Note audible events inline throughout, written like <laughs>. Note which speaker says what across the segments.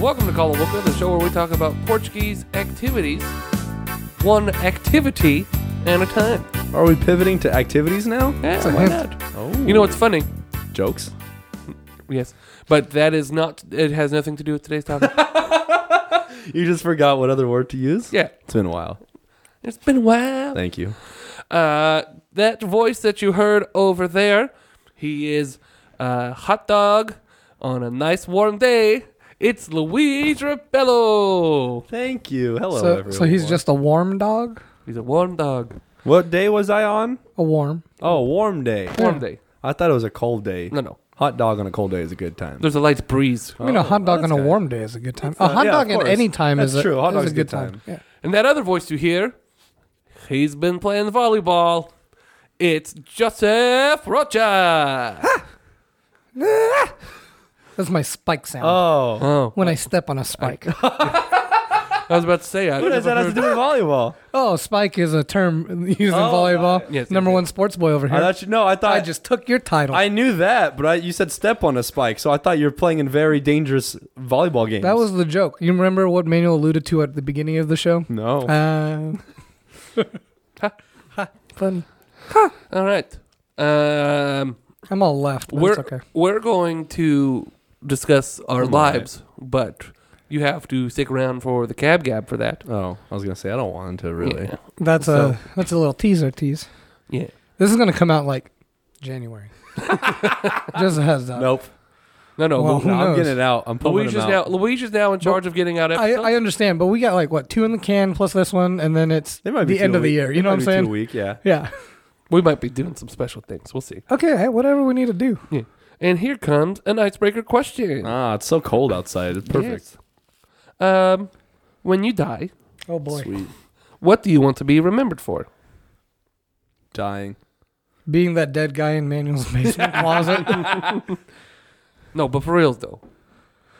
Speaker 1: Welcome to Call of Boca, the show where we talk about Portuguese activities, one activity at a time.
Speaker 2: Are we pivoting to activities now?
Speaker 1: Yeah,
Speaker 2: Something
Speaker 1: why
Speaker 2: like
Speaker 1: not?
Speaker 2: that. Oh.
Speaker 1: You know what's funny?
Speaker 2: Jokes.
Speaker 1: Yes, but that is not. It has nothing to do with today's <laughs> topic.
Speaker 2: You just forgot what other word to use?
Speaker 1: yeah,
Speaker 2: It's been a while.
Speaker 1: it's been a while.
Speaker 2: Thank you.
Speaker 1: Uh, that voice that you heard over there, he is a hot dog on a nice warm day. It's Luigi Rebello.
Speaker 2: Thank you. Hello,
Speaker 3: so,
Speaker 2: everyone.
Speaker 3: so he's just a warm dog?
Speaker 1: He's a warm dog.
Speaker 2: What day was I on?
Speaker 3: A warm.
Speaker 2: Oh, warm day.
Speaker 1: Warm day.
Speaker 2: I thought it was a cold day.
Speaker 1: No, no.
Speaker 2: Hot dog on a cold day is a good time.
Speaker 1: There's a light breeze.
Speaker 3: I mean, a
Speaker 2: Oh,
Speaker 3: hot dog
Speaker 2: that's
Speaker 3: on a
Speaker 2: good.
Speaker 3: warm day is a good time. A hot
Speaker 2: yeah,
Speaker 3: dog
Speaker 2: of
Speaker 3: at any
Speaker 2: course.
Speaker 3: time is
Speaker 2: That's
Speaker 3: a,
Speaker 2: true. A hot
Speaker 3: is
Speaker 2: dog's
Speaker 3: a good time. Yeah.
Speaker 1: And that other voice you hear, he's been playing volleyball. It's Joseph Rocha.
Speaker 3: That's my spike sound.
Speaker 2: Oh.
Speaker 1: oh,
Speaker 3: when I step on
Speaker 2: <laughs>
Speaker 3: a spike.
Speaker 1: I was about to say. I
Speaker 2: What does that have to do with volleyball?
Speaker 3: oh, spike is a term <laughs> used in
Speaker 2: Oh,
Speaker 3: volleyball.
Speaker 1: Yes,
Speaker 3: Number
Speaker 1: yes,
Speaker 3: one sports boy over here.
Speaker 2: I
Speaker 3: I,
Speaker 2: thought you, no, I thought
Speaker 3: just took your title.
Speaker 2: I knew that, but I, you said step on a spike, so I thought you were playing in very dangerous volleyball games.
Speaker 3: that was the joke. You remember what Manuel alluded to at the beginning of the show?
Speaker 2: no.
Speaker 3: Uh, <laughs>
Speaker 2: <laughs>
Speaker 1: Ha.
Speaker 3: fun.
Speaker 1: All right. Um,
Speaker 3: I'm all left. But
Speaker 1: we're
Speaker 3: it's okay.
Speaker 1: we're going to discuss our
Speaker 2: All right.
Speaker 1: lives, but you have to stick around for the cab gab for that.
Speaker 2: oh, I was gonna say I don't want to really.
Speaker 1: Yeah.
Speaker 3: That's
Speaker 2: So-
Speaker 3: a that's a little teaser tease.
Speaker 1: Yeah.
Speaker 3: This is gonna come out like
Speaker 2: <laughs>
Speaker 3: January. just a heads up.
Speaker 2: Nope.
Speaker 1: No, no. Lu-
Speaker 3: Well, Uh, oh, who
Speaker 2: I'm
Speaker 3: knows?
Speaker 2: getting it out. I'm pulling
Speaker 1: Luigi's
Speaker 2: it out.
Speaker 1: now. Luigi's now in charge of getting out
Speaker 3: I,
Speaker 1: episodes.
Speaker 3: I understand, but we got like what two in the can plus this one, and then it's
Speaker 2: They might be
Speaker 3: the end
Speaker 2: two
Speaker 3: of the
Speaker 2: a week.
Speaker 3: year.
Speaker 2: They
Speaker 3: You know
Speaker 2: might
Speaker 3: what I'm
Speaker 2: be Two a
Speaker 3: saying?
Speaker 2: week, yeah.
Speaker 3: Yeah.
Speaker 1: we might be doing some special things. We'll see.
Speaker 3: Okay. Hey, whatever we need to do.
Speaker 1: And here comes an icebreaker question.
Speaker 2: Ah, it's so cold outside. It's
Speaker 1: Yes.
Speaker 2: perfect.
Speaker 1: Um, when you die,
Speaker 3: Oh boy,
Speaker 2: Sweet.
Speaker 1: what do you want to be remembered for?
Speaker 2: Dying.
Speaker 3: being that dead guy in Manuel's
Speaker 2: <laughs>
Speaker 3: basement closet.
Speaker 1: No, but for reals though.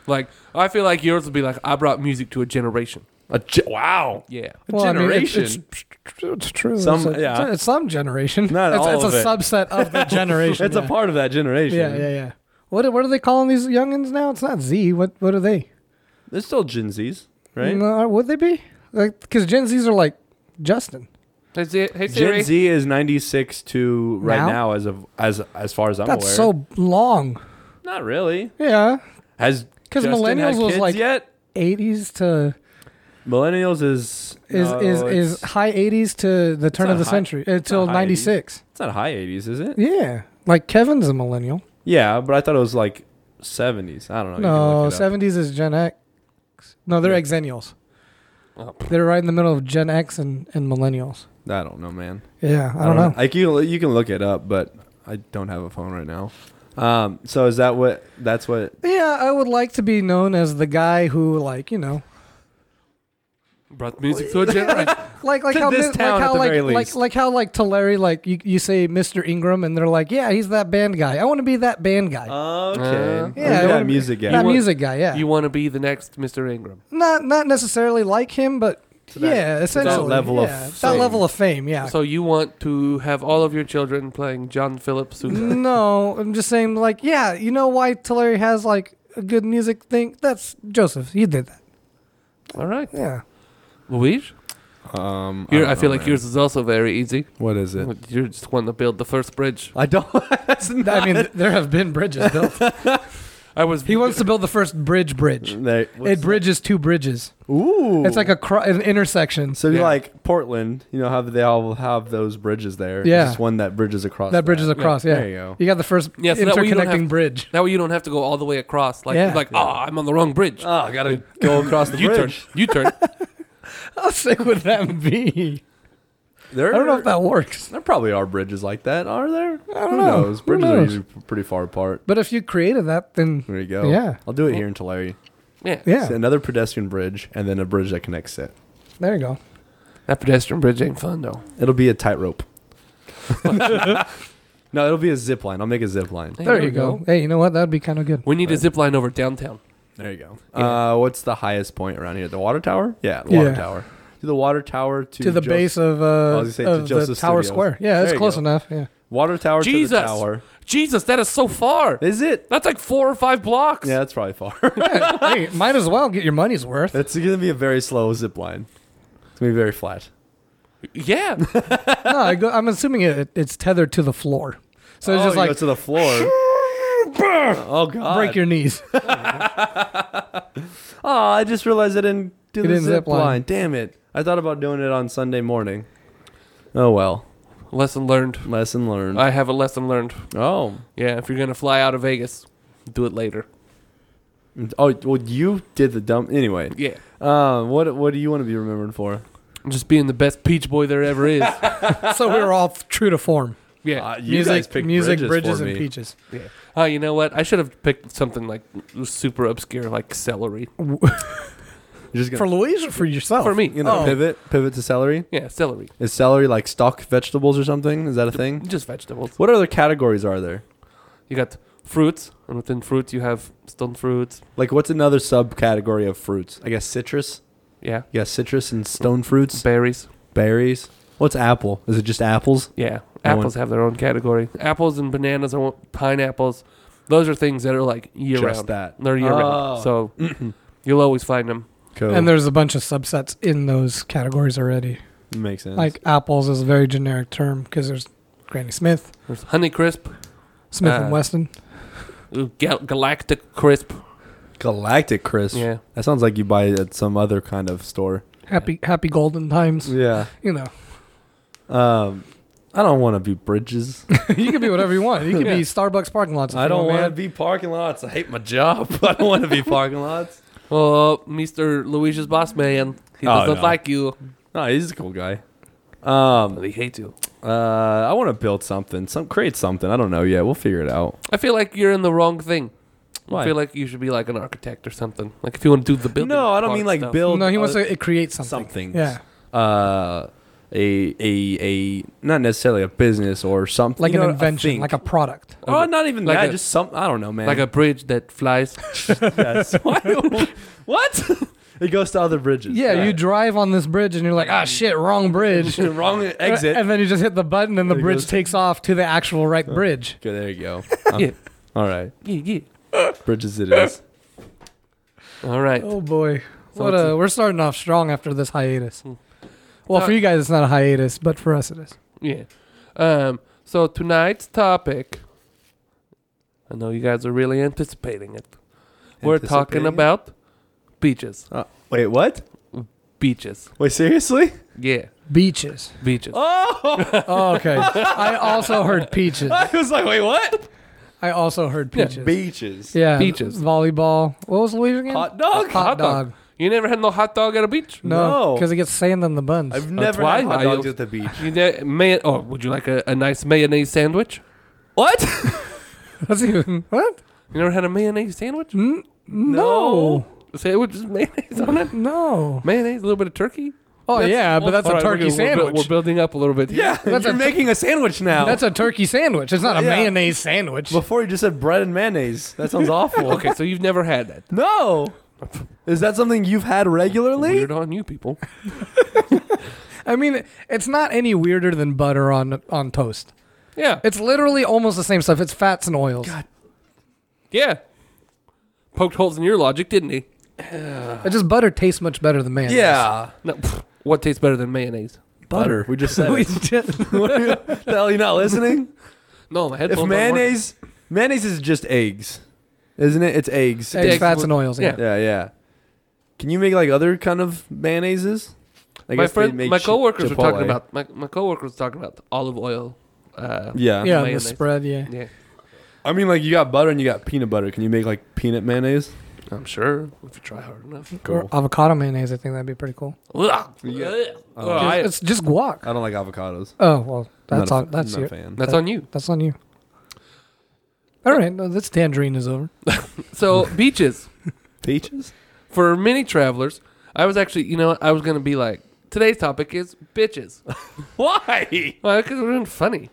Speaker 1: Like I feel like yours would be like I brought music to a generation.
Speaker 2: A ge- wow.
Speaker 1: Yeah.
Speaker 2: A
Speaker 3: Well, I mean, it's-
Speaker 2: generation.
Speaker 3: it's, it's, true.
Speaker 2: Some-
Speaker 3: it's, a-
Speaker 2: yeah.
Speaker 3: it's, some generation.
Speaker 2: Not
Speaker 3: it's,
Speaker 2: all
Speaker 3: it's
Speaker 2: of
Speaker 3: a
Speaker 2: it.
Speaker 3: subset
Speaker 2: <laughs>
Speaker 3: of the generation.
Speaker 2: it's
Speaker 3: yeah.
Speaker 2: a part of that generation.
Speaker 3: Yeah, yeah, yeah. What are- what are they calling these youngins now? It's not Z. What what are they?
Speaker 2: There's still Gen Zs, right?
Speaker 3: No, would they be like because Gen Zs are like Justin?
Speaker 1: Hey, Siri- hey Siri.
Speaker 2: Gen Z is 96 to right now,
Speaker 3: Now?
Speaker 2: as of as as far as I'm
Speaker 3: That's
Speaker 2: aware.
Speaker 3: so long.
Speaker 2: not really.
Speaker 3: Yeah,
Speaker 2: Has
Speaker 3: 'Cause
Speaker 2: Justin
Speaker 3: millennials
Speaker 2: had
Speaker 3: was
Speaker 2: kids
Speaker 3: like-
Speaker 2: yet
Speaker 3: eighties to
Speaker 2: millennials is
Speaker 3: is
Speaker 2: no,
Speaker 3: is
Speaker 2: it's-
Speaker 3: is high eighties to the turn
Speaker 2: not
Speaker 3: of the
Speaker 2: high-
Speaker 3: century until
Speaker 2: not high
Speaker 3: ninety six.
Speaker 2: it's not high 80s, is it?
Speaker 3: Yeah, like Kevin's a millennial.
Speaker 2: Yeah, but I thought it was like 70s. I don't know. Oh, You can
Speaker 3: no,
Speaker 2: look it up.
Speaker 3: seventies is Gen X. No, they're
Speaker 2: Yeah.
Speaker 3: exennials.
Speaker 1: Oh.
Speaker 3: They're right in the middle of Gen X and, and millennials.
Speaker 2: I don't know, man.
Speaker 3: Yeah, I don't, know.
Speaker 2: Like you, you Um, can look it up, but I don't have a phone right now. Um, so is that what? That's what.
Speaker 3: Yeah, I would like to be known as the guy who, like, you know,
Speaker 1: brought music to a generation.
Speaker 3: like like
Speaker 2: To
Speaker 3: how
Speaker 2: this
Speaker 3: mi-
Speaker 2: town
Speaker 3: like
Speaker 2: at
Speaker 3: how
Speaker 2: the very
Speaker 3: like, like
Speaker 2: least.
Speaker 3: like how like to Larry like you, you say Mr. Ingram and they're like, yeah, he's that band guy. I want to be that band guy,
Speaker 2: Okay.
Speaker 1: Uh,
Speaker 3: Yeah, I
Speaker 2: that
Speaker 3: wanna be-
Speaker 2: music
Speaker 3: that
Speaker 2: guy.
Speaker 1: want-
Speaker 3: music guy. Yeah,
Speaker 1: You want to be the next Mr. Ingram.
Speaker 3: not not necessarily like him, but
Speaker 2: To that-
Speaker 3: yeah, essentially
Speaker 2: level of
Speaker 3: yeah, that
Speaker 2: fame.
Speaker 3: level of fame. Yeah.
Speaker 1: So you want to have all of your children playing John Philip
Speaker 3: Mm.
Speaker 1: Sousa.
Speaker 3: no, I'm just saying, like, yeah, you know why Tulare has like a good music thing? That's Joseph. You did that.
Speaker 1: all right,
Speaker 3: Yeah.
Speaker 1: Luigi.
Speaker 2: Um,
Speaker 1: Your,
Speaker 2: don't
Speaker 1: I, feel
Speaker 2: know,
Speaker 1: like
Speaker 2: man.
Speaker 1: yours is also very easy.
Speaker 2: What is it?
Speaker 1: You're just wanting to build the first bridge.
Speaker 2: I don't. <laughs> that's not.
Speaker 3: <laughs> I mean, th- there have been bridges built.
Speaker 1: I was.
Speaker 3: he wants to build the first bridge. Bridge.
Speaker 2: They-
Speaker 3: it bridges two bridges.
Speaker 2: Ooh.
Speaker 3: It's like a cro- an intersection.
Speaker 2: So
Speaker 1: Yeah.
Speaker 2: like Portland, you know how they all have those bridges there. It's
Speaker 3: Yeah.
Speaker 2: Just one that bridges across.
Speaker 3: that bridges across. Yeah.
Speaker 2: There you go.
Speaker 3: got the first
Speaker 1: Yeah, so that way you don't
Speaker 3: interconnecting
Speaker 1: have-
Speaker 3: <laughs> bridge.
Speaker 1: that way you don't have to go all the way across. Like
Speaker 3: Yeah.
Speaker 1: like ah, I'm on the wrong bridge.
Speaker 2: Oh, I gotta <laughs> go across the
Speaker 1: you turn.
Speaker 2: bridge.
Speaker 1: You turn.
Speaker 3: How sick would that be?
Speaker 2: There,
Speaker 3: I don't know if that works.
Speaker 2: There probably are bridges like that. Are there? I
Speaker 3: don't
Speaker 2: Who
Speaker 3: know.
Speaker 2: Knows?
Speaker 3: Who
Speaker 2: Bridges are
Speaker 3: knows?
Speaker 2: usually p- pretty far apart.
Speaker 3: But if you created that, then
Speaker 2: There you go.
Speaker 3: Yeah.
Speaker 2: I'll do it here in Tulare.
Speaker 1: Yeah.
Speaker 2: It's
Speaker 3: yeah,
Speaker 2: another pedestrian bridge and then a bridge that connects it.
Speaker 3: there you go.
Speaker 1: That pedestrian bridge ain't fun though.
Speaker 2: It'll be a tightrope. <laughs> no, it'll be a zip line. I'll make a zip line.
Speaker 1: Hey,
Speaker 3: There you go. Hey, you know what? That'd be kind of good.
Speaker 1: We need a zip line over downtown.
Speaker 2: There you go.
Speaker 1: Yeah.
Speaker 2: Uh, what's the highest point around here? The water tower? Yeah, the water
Speaker 3: Yeah.
Speaker 2: tower. To the water tower to,
Speaker 3: To the
Speaker 2: Jos-
Speaker 3: base of, uh,
Speaker 2: was gonna say to
Speaker 3: of the
Speaker 2: Joseph
Speaker 3: Tower
Speaker 2: Studios.
Speaker 3: Square. Yeah,
Speaker 2: There
Speaker 3: it's
Speaker 2: you
Speaker 3: close
Speaker 2: go. <laughs>
Speaker 3: enough. Yeah,
Speaker 2: Water tower
Speaker 1: Jesus.
Speaker 2: to the tower.
Speaker 1: Jesus, that is so far.
Speaker 2: Is it?
Speaker 1: That's like four or five blocks.
Speaker 2: Yeah, that's probably
Speaker 3: <laughs>
Speaker 2: far.
Speaker 3: hey, might as well get your money's worth.
Speaker 2: that's gonna be a very slow zip line. It's gonna be very flat.
Speaker 1: Yeah.
Speaker 2: <laughs>
Speaker 3: no, I go, I'm assuming it, it's tethered to the floor. So it's
Speaker 2: oh,
Speaker 3: just
Speaker 2: you go
Speaker 3: like
Speaker 2: to the floor. oh god.
Speaker 3: <laughs> break
Speaker 2: <laughs>
Speaker 3: your knees.
Speaker 2: Oh, I just realized I didn't do
Speaker 3: You
Speaker 2: the
Speaker 3: didn't
Speaker 2: zip,
Speaker 3: zip
Speaker 2: line.
Speaker 3: line.
Speaker 2: Damn it. I thought about doing it on Sunday morning. Oh well.
Speaker 1: lesson learned.
Speaker 2: Lesson learned.
Speaker 1: I have a lesson learned.
Speaker 2: oh.
Speaker 1: Yeah, if you're gonna fly out of Vegas, do it later.
Speaker 2: Oh well you did the dumb anyway.
Speaker 1: Yeah.
Speaker 2: Uh, what what do you want to be remembered for?
Speaker 1: Just being the best peach boy there ever
Speaker 2: <laughs>
Speaker 1: is.
Speaker 3: so we were all f- true to form.
Speaker 1: Yeah.
Speaker 2: Uh, you
Speaker 3: music,
Speaker 2: guys picked
Speaker 3: music,
Speaker 2: bridges,
Speaker 3: bridges,
Speaker 2: for
Speaker 3: and
Speaker 2: me.
Speaker 3: peaches.
Speaker 1: yeah. Oh, you know what? I should have picked something like super obscure, like celery.
Speaker 2: You're just
Speaker 3: For
Speaker 2: gonna,
Speaker 3: Louise or for yourself?
Speaker 1: For me.
Speaker 2: you know,
Speaker 3: Oh.
Speaker 2: pivot pivot to celery.
Speaker 1: Yeah, celery.
Speaker 2: Is celery like stock vegetables or something? Is that a thing?
Speaker 1: Just vegetables.
Speaker 2: What other categories are there?
Speaker 1: You got fruits, and within fruits you have stone fruits.
Speaker 2: Like what's another subcategory of fruits? I guess citrus.
Speaker 1: Yeah.
Speaker 2: Yeah, citrus and stone fruits,
Speaker 1: Berries.
Speaker 2: berries. What's apple? Is it just apples?
Speaker 1: Yeah.
Speaker 2: No one-
Speaker 1: Apples have their own category. Apples and bananas and pineapples. Those are things that are like year
Speaker 2: just
Speaker 1: round.
Speaker 2: that.
Speaker 1: They're year round.
Speaker 2: Oh. <clears throat>
Speaker 1: So you'll always find them.
Speaker 2: Cool.
Speaker 3: And there's a bunch of subsets in those categories already.
Speaker 2: Makes sense.
Speaker 3: Like apples is a very generic term because there's Granny Smith,
Speaker 1: There's Honey Crisp,
Speaker 3: Smith
Speaker 1: Uh,
Speaker 3: and Weston.
Speaker 1: Gal- Galactic Crisp.
Speaker 2: Galactic Crisp.
Speaker 1: Yeah.
Speaker 2: That sounds like you buy it at some other kind of store.
Speaker 3: Happy, happy golden times.
Speaker 2: Yeah.
Speaker 3: You know,
Speaker 2: Um, I don't want to be bridges.
Speaker 3: <laughs> you can be whatever you want. You can
Speaker 1: Yeah.
Speaker 3: be Starbucks parking lots. if
Speaker 2: <laughs> I
Speaker 3: you
Speaker 2: don't want to
Speaker 3: man.
Speaker 2: be parking lots. I hate my job. <laughs> I don't want to be parking lots.
Speaker 1: Oh, Mr. Luigi's boss man. He
Speaker 2: Oh,
Speaker 1: doesn't
Speaker 2: no.
Speaker 1: like you,
Speaker 2: No, he's a cool guy. Um,
Speaker 1: but he hates you.
Speaker 2: uh, I want to build something. Some create something. I don't know yet. We'll figure it out.
Speaker 1: I feel like you're in the wrong thing.
Speaker 2: Why?
Speaker 1: I feel like you should be like an architect or something. Like if you want to do the building.
Speaker 2: no, I don't
Speaker 1: part
Speaker 2: mean like
Speaker 1: stuff.
Speaker 2: build.
Speaker 3: No, he wants
Speaker 2: uh,
Speaker 3: to create something.
Speaker 2: something.
Speaker 3: Yeah,
Speaker 2: Uh, a a a not necessarily a business or something
Speaker 3: like
Speaker 2: you
Speaker 3: an
Speaker 2: know,
Speaker 3: invention,
Speaker 2: thing.
Speaker 3: like a product.
Speaker 2: oh not even
Speaker 1: Like
Speaker 2: that
Speaker 1: a-
Speaker 2: just some I don't know man
Speaker 1: like
Speaker 2: <laughs>
Speaker 1: a bridge that flies.
Speaker 2: yes. <laughs> what? It goes to other bridges.
Speaker 3: Yeah, you drive on this bridge and you're like, ah, shit, wrong bridge.
Speaker 2: wrong <laughs> exit.
Speaker 3: And then you just hit the button and the
Speaker 2: There it
Speaker 3: bridge
Speaker 2: goes.
Speaker 3: takes off to the actual right bridge.
Speaker 2: okay, there you <laughs> go.
Speaker 1: yeah,
Speaker 2: All right,
Speaker 1: yeah, yeah.
Speaker 2: bridges it is.
Speaker 1: All right.
Speaker 3: Oh boy.
Speaker 1: So
Speaker 3: what
Speaker 1: it's
Speaker 3: a, we're starting off strong after this hiatus.
Speaker 1: Hmm.
Speaker 3: Well,
Speaker 1: Uh,
Speaker 3: for you guys it's not a hiatus, but for us it is.
Speaker 1: Yeah. Um. So tonight's topic. I know you guys are really anticipating it. We're talking
Speaker 2: Anticipating it?
Speaker 1: about beaches.
Speaker 2: Uh, wait, what?
Speaker 1: Beaches.
Speaker 2: Wait, seriously?
Speaker 1: Yeah.
Speaker 3: Beaches.
Speaker 1: Beaches.
Speaker 2: <laughs> Oh, <laughs>
Speaker 3: Oh, okay. I also heard peaches.
Speaker 2: I was like, wait, what?
Speaker 3: I also heard
Speaker 1: Yeah,
Speaker 3: peaches.
Speaker 2: Beaches.
Speaker 3: yeah.
Speaker 1: Beaches.
Speaker 3: Volleyball. What was Louise again?
Speaker 2: Hot dog.
Speaker 3: Hot,
Speaker 1: Hot dog.
Speaker 3: dog.
Speaker 1: You never had no hot dog at a beach?
Speaker 3: No,
Speaker 2: No.
Speaker 3: because it gets sand on the buns.
Speaker 2: I've never
Speaker 1: why
Speaker 2: had hot
Speaker 1: I
Speaker 2: dogs
Speaker 1: don't-
Speaker 2: at the beach.
Speaker 1: You ne- may- oh, would you like a, a nice mayonnaise sandwich?
Speaker 2: <laughs> What?
Speaker 3: <laughs>
Speaker 2: <laughs>
Speaker 3: That's even what?
Speaker 1: You never had a mayonnaise sandwich?
Speaker 3: N- no.
Speaker 1: Sandwich is mayonnaise on it?
Speaker 3: No.
Speaker 1: Mayonnaise, a little bit of turkey?
Speaker 3: Oh
Speaker 2: That's-
Speaker 3: yeah, but that's
Speaker 1: All
Speaker 3: a
Speaker 1: right, we're
Speaker 3: turkey
Speaker 1: gonna- we're bu-
Speaker 3: sandwich.
Speaker 1: We're, building up a little bit. here.
Speaker 2: <laughs> <laughs> yeah,
Speaker 3: That's
Speaker 2: you're
Speaker 3: a-
Speaker 2: making a sandwich now. <laughs>
Speaker 3: That's a turkey sandwich. It's not a
Speaker 2: Yeah.
Speaker 3: mayonnaise sandwich.
Speaker 2: Before you just said bread and mayonnaise. That sounds
Speaker 3: <laughs>
Speaker 2: awful.
Speaker 1: Okay, so you've never had that.
Speaker 2: No. Is that something you've had regularly?
Speaker 1: Weird on you people.
Speaker 3: I mean, it's not any weirder than butter on on toast.
Speaker 1: Yeah.
Speaker 3: It's literally almost the same stuff. It's fats and oils.
Speaker 1: Yeah. Poked holes in your logic, didn't he?
Speaker 3: It just butter tastes much better than mayonnaise.
Speaker 2: Yeah.
Speaker 1: No. pff, what tastes better than mayonnaise?
Speaker 2: Butter. We just <laughs> said.
Speaker 3: <laughs> We
Speaker 2: it.
Speaker 3: did-
Speaker 2: what are you, the hell, you not
Speaker 1: <laughs>
Speaker 2: listening?
Speaker 1: No, my headphones
Speaker 2: if
Speaker 1: don't work.
Speaker 2: mayonnaise, mayonnaise is just eggs, isn't it? It's eggs.
Speaker 3: Eggs,
Speaker 1: Eggs
Speaker 3: fats,
Speaker 1: with-
Speaker 3: and oils. Yeah.
Speaker 1: yeah.
Speaker 2: Yeah, yeah. Can you make like other kind of mayonnaises? I
Speaker 1: my
Speaker 2: guess they
Speaker 1: friend,
Speaker 2: make
Speaker 1: my
Speaker 2: chi-
Speaker 1: coworkers were talking
Speaker 2: Chipotle.
Speaker 1: about my, my coworkers were talking about olive oil. Uh,
Speaker 2: Yeah. yeah.
Speaker 3: Yeah, the
Speaker 1: Mayonnaise.
Speaker 3: spread. Yeah.
Speaker 1: yeah.
Speaker 2: I mean, like you got butter and you got peanut butter. Can you make like peanut mayonnaise?
Speaker 1: I'm sure if you try hard enough.
Speaker 3: Or avocado mayonnaise. I think that'd be pretty cool.
Speaker 1: Ugh.
Speaker 2: Yeah.
Speaker 1: Ugh.
Speaker 2: Oh,
Speaker 1: Ugh. I-
Speaker 3: it's just guac.
Speaker 2: I don't like avocados.
Speaker 3: Oh well, that's
Speaker 2: not a,
Speaker 3: on. That's
Speaker 2: not a
Speaker 3: you.
Speaker 2: fan.
Speaker 1: that's on you.
Speaker 3: That's on you. All right, no, this tangerine is over.
Speaker 1: So
Speaker 2: <laughs>
Speaker 1: beaches
Speaker 2: Peaches.
Speaker 1: for many travelers. I was actually, you know, what, I was gonna be like, today's topic is bitches.
Speaker 2: Why?
Speaker 1: Well, because it would have been
Speaker 2: <laughs>
Speaker 1: funny.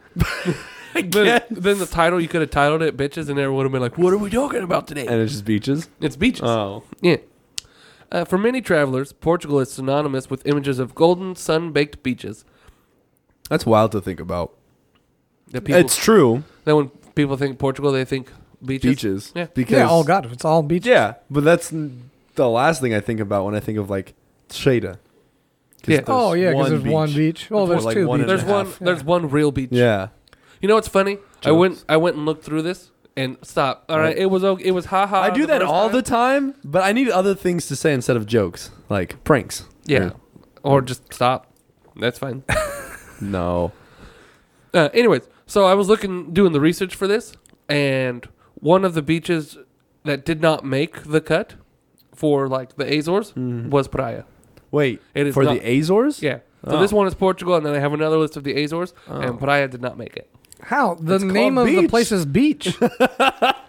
Speaker 1: then, then the title you could have titled it "Bitches" and everyone would have been like, "What are we talking about today?"
Speaker 2: And it's just beaches.
Speaker 1: it's beaches.
Speaker 2: Oh.
Speaker 1: Yeah. Uh, for many travelers, Portugal is synonymous with images of golden, sun-baked beaches.
Speaker 2: That's wild to think about.
Speaker 1: The people
Speaker 2: it's true.
Speaker 1: then when people think Portugal, they think beaches.
Speaker 2: Beaches.
Speaker 1: Yeah.
Speaker 2: Because
Speaker 3: yeah, all got it. It's all beach.
Speaker 2: Yeah, but that's n- the last thing I think about when I think of like Shada. 'Cause
Speaker 1: Yeah.
Speaker 2: there's
Speaker 3: Oh yeah, because there's one beach. Well,
Speaker 2: There's
Speaker 3: there's
Speaker 2: like
Speaker 3: two.
Speaker 2: one and a
Speaker 1: There's
Speaker 3: beaches.
Speaker 1: one.
Speaker 2: half.
Speaker 1: There's one real beach.
Speaker 2: Yeah.
Speaker 1: You know what's funny? I
Speaker 2: Jokes.
Speaker 1: went. I went and looked through this and stop. All right.
Speaker 2: Right.
Speaker 1: It was. o- It was. Ha ha.
Speaker 2: I do
Speaker 1: Uh, the
Speaker 2: that
Speaker 1: first
Speaker 2: all
Speaker 1: time.
Speaker 2: the time, but I need other things to say instead of jokes, like pranks.
Speaker 1: Yeah. Or just stop. That's fine. <laughs>
Speaker 2: No.
Speaker 1: Uh, anyways, so I was looking, doing the research for this, and one of the beaches that did not make the cut for like the Azores was Praia.
Speaker 2: Wait.
Speaker 1: It is
Speaker 2: Mm-hmm. for
Speaker 1: not-
Speaker 2: the Azores?
Speaker 1: Yeah. So
Speaker 2: Oh.
Speaker 1: this one is Portugal, and then I have another list of the Azores,
Speaker 2: Oh.
Speaker 1: and Praia did not make it.
Speaker 3: How the
Speaker 2: It's
Speaker 3: name of
Speaker 2: called
Speaker 3: the
Speaker 2: beach.
Speaker 3: place
Speaker 2: <laughs>
Speaker 3: is beach.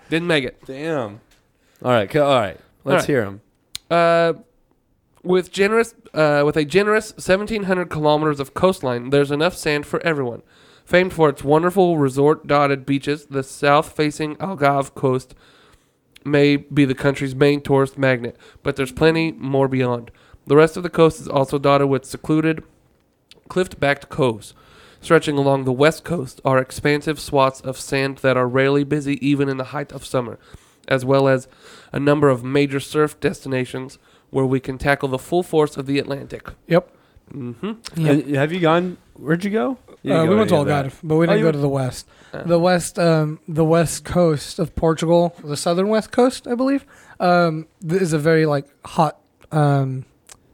Speaker 1: Didn't make it.
Speaker 2: Damn. All right. co- All right. Let's
Speaker 1: right.
Speaker 2: hear them.
Speaker 1: Uh, with generous, uh, with a generous 1,700 kilometers of coastline, there's enough sand for everyone. Famed for its wonderful resort-dotted beaches, the south-facing Algarve coast may be the country's main tourist magnet, but there's plenty more beyond. The rest of the coast is also dotted with secluded, cliff-backed coves. Stretching along the west coast are expansive swaths of sand that are rarely busy even in the height of summer, as well as a number of major surf destinations where we can tackle the full force of the Atlantic.
Speaker 3: yep.
Speaker 1: Mm-hmm.
Speaker 3: Yeah.
Speaker 2: And Uh, Have you gone? Where'd you go? You didn't
Speaker 3: Uh,
Speaker 2: go
Speaker 3: we went to
Speaker 2: any of that.
Speaker 3: Algarve, but
Speaker 2: Oh,
Speaker 3: we didn't
Speaker 2: you
Speaker 3: go
Speaker 2: went-
Speaker 3: to the west.
Speaker 1: Uh.
Speaker 3: The west, um, the west coast of Portugal, the southern west coast, I believe, um, th- is a very like hot um,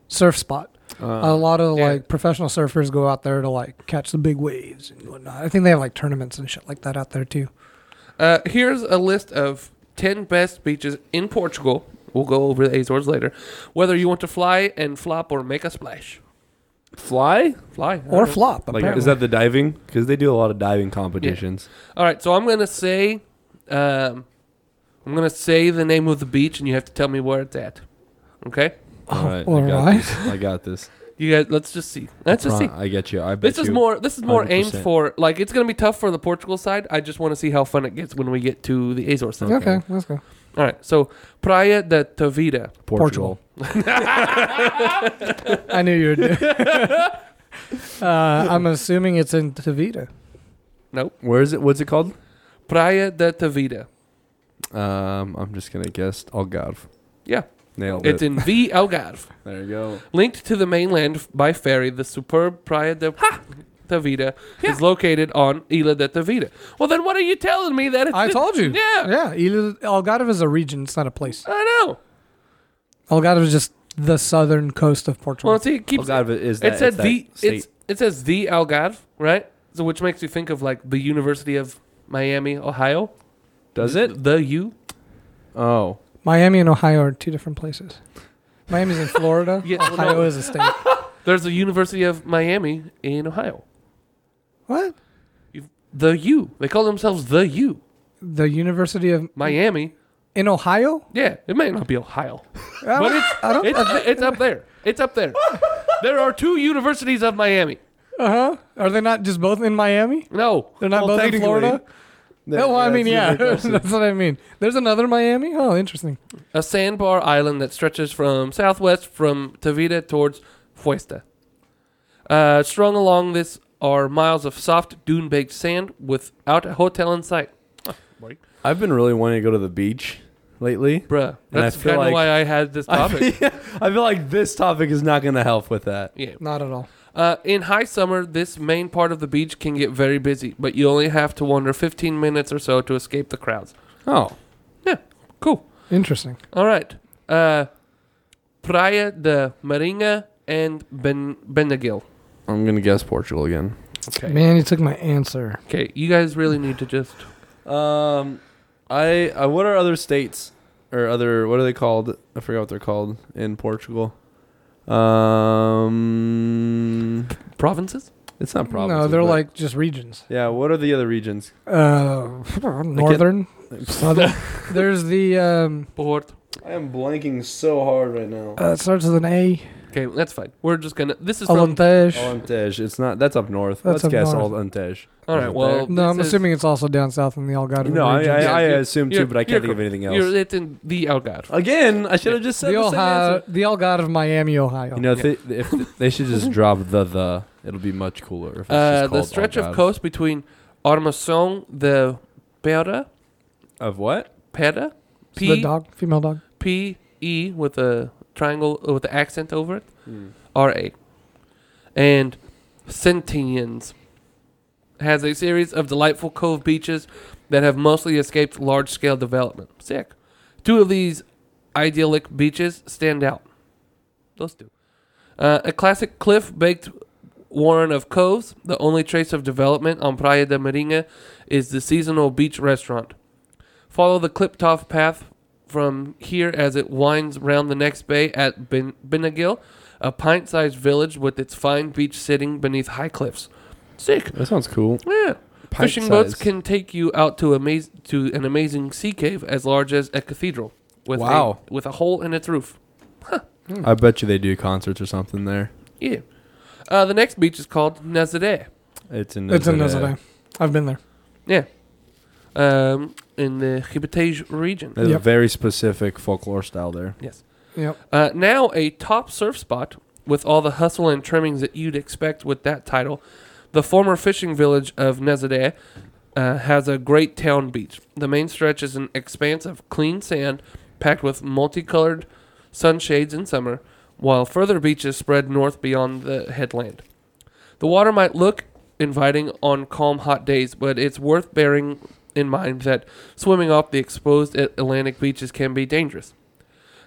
Speaker 3: surf spot.
Speaker 2: Uh,
Speaker 3: a lot of
Speaker 1: yeah.
Speaker 3: like professional surfers go out there to like catch the big waves and whatnot. I think they have like tournaments and shit like that out there too.
Speaker 1: Uh, here's a list of 10 best beaches in Portugal. We'll go over the Azores later. Whether you want to fly and flop or make a splash.
Speaker 2: fly?
Speaker 1: Fly. I
Speaker 3: Or
Speaker 1: don't know.
Speaker 3: flop.
Speaker 2: Like,
Speaker 3: apparently.
Speaker 2: is that the diving? Because they do a lot of diving competitions.
Speaker 1: All right, so I'm going to say. Um, I'm gonna say the name of the beach, and you have to tell me where it's at. Okay,
Speaker 2: All right.
Speaker 3: all
Speaker 2: I got
Speaker 3: right.
Speaker 2: this. I got this.
Speaker 1: you guys. Let's just see. Let's just see.
Speaker 2: I get you. I bet
Speaker 1: This is
Speaker 2: you.
Speaker 1: more. This is more aimed
Speaker 2: 100%.
Speaker 1: for like it's gonna be tough for the Portugal side. I just want to see how fun it gets when we get to the Azores side.
Speaker 3: Okay, let's go.
Speaker 1: All right, so Praia da Tavira.
Speaker 2: Portugal.
Speaker 3: I knew you would do. uh, I'm assuming it's in Tavita.
Speaker 2: Where is it? What's it called?
Speaker 1: Praia da Tavira.
Speaker 2: Um, I'm just gonna guess Algarve.
Speaker 1: Yeah.
Speaker 2: Nailed
Speaker 1: It's
Speaker 2: it.
Speaker 1: in V. Algarve.
Speaker 2: There you go.
Speaker 1: Linked to the mainland by ferry, the superb Praia da Tavira is located on Ilha da Tavira. Well, then what are you telling me that it's
Speaker 3: I told you.
Speaker 1: Yeah.
Speaker 3: Yeah. Ilha- Algarve is a region. It's not a place.
Speaker 1: I know.
Speaker 3: Algarve is just the southern coast of Portugal.
Speaker 1: Well, see, it keeps.
Speaker 2: Algarve is that.
Speaker 1: it said
Speaker 2: it's that
Speaker 1: the.
Speaker 2: state.
Speaker 1: It's, it says the Algarve, right? So which makes you think of like the University of Miami, Ohio.
Speaker 2: Does it?
Speaker 1: The U.
Speaker 2: Oh,
Speaker 3: Miami and Ohio are two different places. Miami's in Florida.
Speaker 1: Yeah, well,
Speaker 3: Ohio
Speaker 1: no.
Speaker 3: is a state.
Speaker 1: There's the University of Miami in Ohio.
Speaker 3: What?
Speaker 1: The U. They call themselves the U.
Speaker 3: The University of
Speaker 1: Miami.
Speaker 3: in Ohio?
Speaker 1: Yeah, it may not be Ohio,
Speaker 3: I don't-
Speaker 1: but it's
Speaker 3: I don't.
Speaker 1: it's, it's up there. It's up there. There are two universities of Miami.
Speaker 3: Uh huh. Are they not just both in Miami?
Speaker 1: No,
Speaker 3: They're not
Speaker 2: Well,
Speaker 3: both in
Speaker 2: technically,
Speaker 3: Florida.
Speaker 2: There-
Speaker 3: no, well, I
Speaker 2: that's
Speaker 3: mean, yeah, <laughs>
Speaker 2: really close. <laughs>
Speaker 3: that's what I mean. There's another Miami. Oh, interesting.
Speaker 1: a sandbar island that stretches from southwest from Tavita towards Fuesta. Uh, strung along this are miles of soft dune-baked sand without a hotel in sight.
Speaker 2: I've been really wanting to go to the beach lately.
Speaker 1: Bruh,
Speaker 2: And I
Speaker 1: that's
Speaker 2: feel
Speaker 1: kind of
Speaker 2: like-
Speaker 1: why I had this
Speaker 2: <laughs> I
Speaker 1: topic.
Speaker 2: feel, I feel like this topic is not going to help with that.
Speaker 1: yeah.
Speaker 3: Not at all.
Speaker 1: Uh, in high summer, this main part of the beach can get very busy, but you only have to wander 15 minutes or so to escape the crowds.
Speaker 2: Oh,
Speaker 1: Cool.
Speaker 3: Interesting.
Speaker 1: All right. Uh, Praia de Marinha and ben- Benagil.
Speaker 2: I'm going to guess Portugal again.
Speaker 1: Okay.
Speaker 3: Man, you took my answer.
Speaker 1: Okay. You guys really need to just.
Speaker 2: Um, I, I what are other states or other what are they called? I forgot what they're called in Portugal. Um,
Speaker 1: Provinces?
Speaker 2: it's not provinces.
Speaker 3: no, they're
Speaker 2: but-
Speaker 3: like just regions.
Speaker 2: yeah. What are the other regions?
Speaker 3: <laughs> Uh, northern, southern. There's the um,
Speaker 1: Port.
Speaker 2: I am blanking so hard right now.
Speaker 3: uh, it starts with an A.
Speaker 1: Okay. That's fine. We're just going to. This is from.
Speaker 3: Alentejo.
Speaker 2: Alantej. It's not. That's up north.
Speaker 3: That's
Speaker 2: Let's
Speaker 3: up
Speaker 2: guess
Speaker 3: north.
Speaker 2: Alantej.
Speaker 1: All right. Well.
Speaker 3: No, I'm
Speaker 1: this is-
Speaker 3: assuming it's also down south in the Algarve
Speaker 2: No, I,
Speaker 3: region.
Speaker 2: I,
Speaker 1: Yeah,
Speaker 2: I
Speaker 1: you're-
Speaker 2: assume too,
Speaker 1: you're-
Speaker 2: but I can't
Speaker 1: you're
Speaker 2: think of anything else.
Speaker 1: You're, it's in the Algarve.
Speaker 2: Again, I should have just said
Speaker 3: the
Speaker 2: the same
Speaker 3: Ohio,
Speaker 2: answer.
Speaker 3: the Algarve, Miami, Ohio.
Speaker 2: You know, if, they, if they should just drop the the, it'll be much cooler. If it's
Speaker 1: Uh,
Speaker 2: just
Speaker 1: the
Speaker 2: called
Speaker 1: stretch of
Speaker 2: Algarve.
Speaker 1: coast between Armação de Pera.
Speaker 2: Of what?
Speaker 1: Pera?
Speaker 3: It's the dog, female dog.
Speaker 1: P E with a triangle uh, with the accent over it.
Speaker 2: Hmm.
Speaker 1: R A. And Sentians has a series of delightful cove beaches that have mostly escaped large scale development. Sick. Two of these idyllic beaches stand out. Those two. Uh, a classic cliff baked warren of coves, the only trace of development on Praia da Marinha is the seasonal beach restaurant. Follow the clip-top path from here as it winds round the next bay at ben- Benagil, a pint-sized village with its fine beach sitting beneath high cliffs. Sick.
Speaker 2: That sounds cool.
Speaker 1: Yeah.
Speaker 2: Pint
Speaker 1: Fishing boats
Speaker 2: size.
Speaker 1: can take you out to amaz- to an amazing sea cave as large as a cathedral with
Speaker 2: Wow.
Speaker 1: a, with a hole in its roof.
Speaker 2: I bet you they do concerts or something there.
Speaker 1: Yeah. Uh, the next beach is called Nazaré.
Speaker 2: It's in.
Speaker 3: It's in
Speaker 2: Nazaré.
Speaker 3: Nazaré. I've been there.
Speaker 1: Yeah. Um, in the Gibetage region.
Speaker 2: There's a
Speaker 3: Yep.
Speaker 2: very specific folklore style there.
Speaker 1: Yes.
Speaker 3: Yep.
Speaker 1: Uh, now a top surf spot with all the hustle and trimmings that you'd expect with that title. The former fishing village of Nezadeh uh, has a great town beach. The main stretch is an expanse of clean sand packed with multicolored sunshades in summer, while further beaches spread north beyond the headland. The water might look inviting on calm, hot days, but it's worth bearing in mind that swimming off the exposed Atlantic beaches can be dangerous.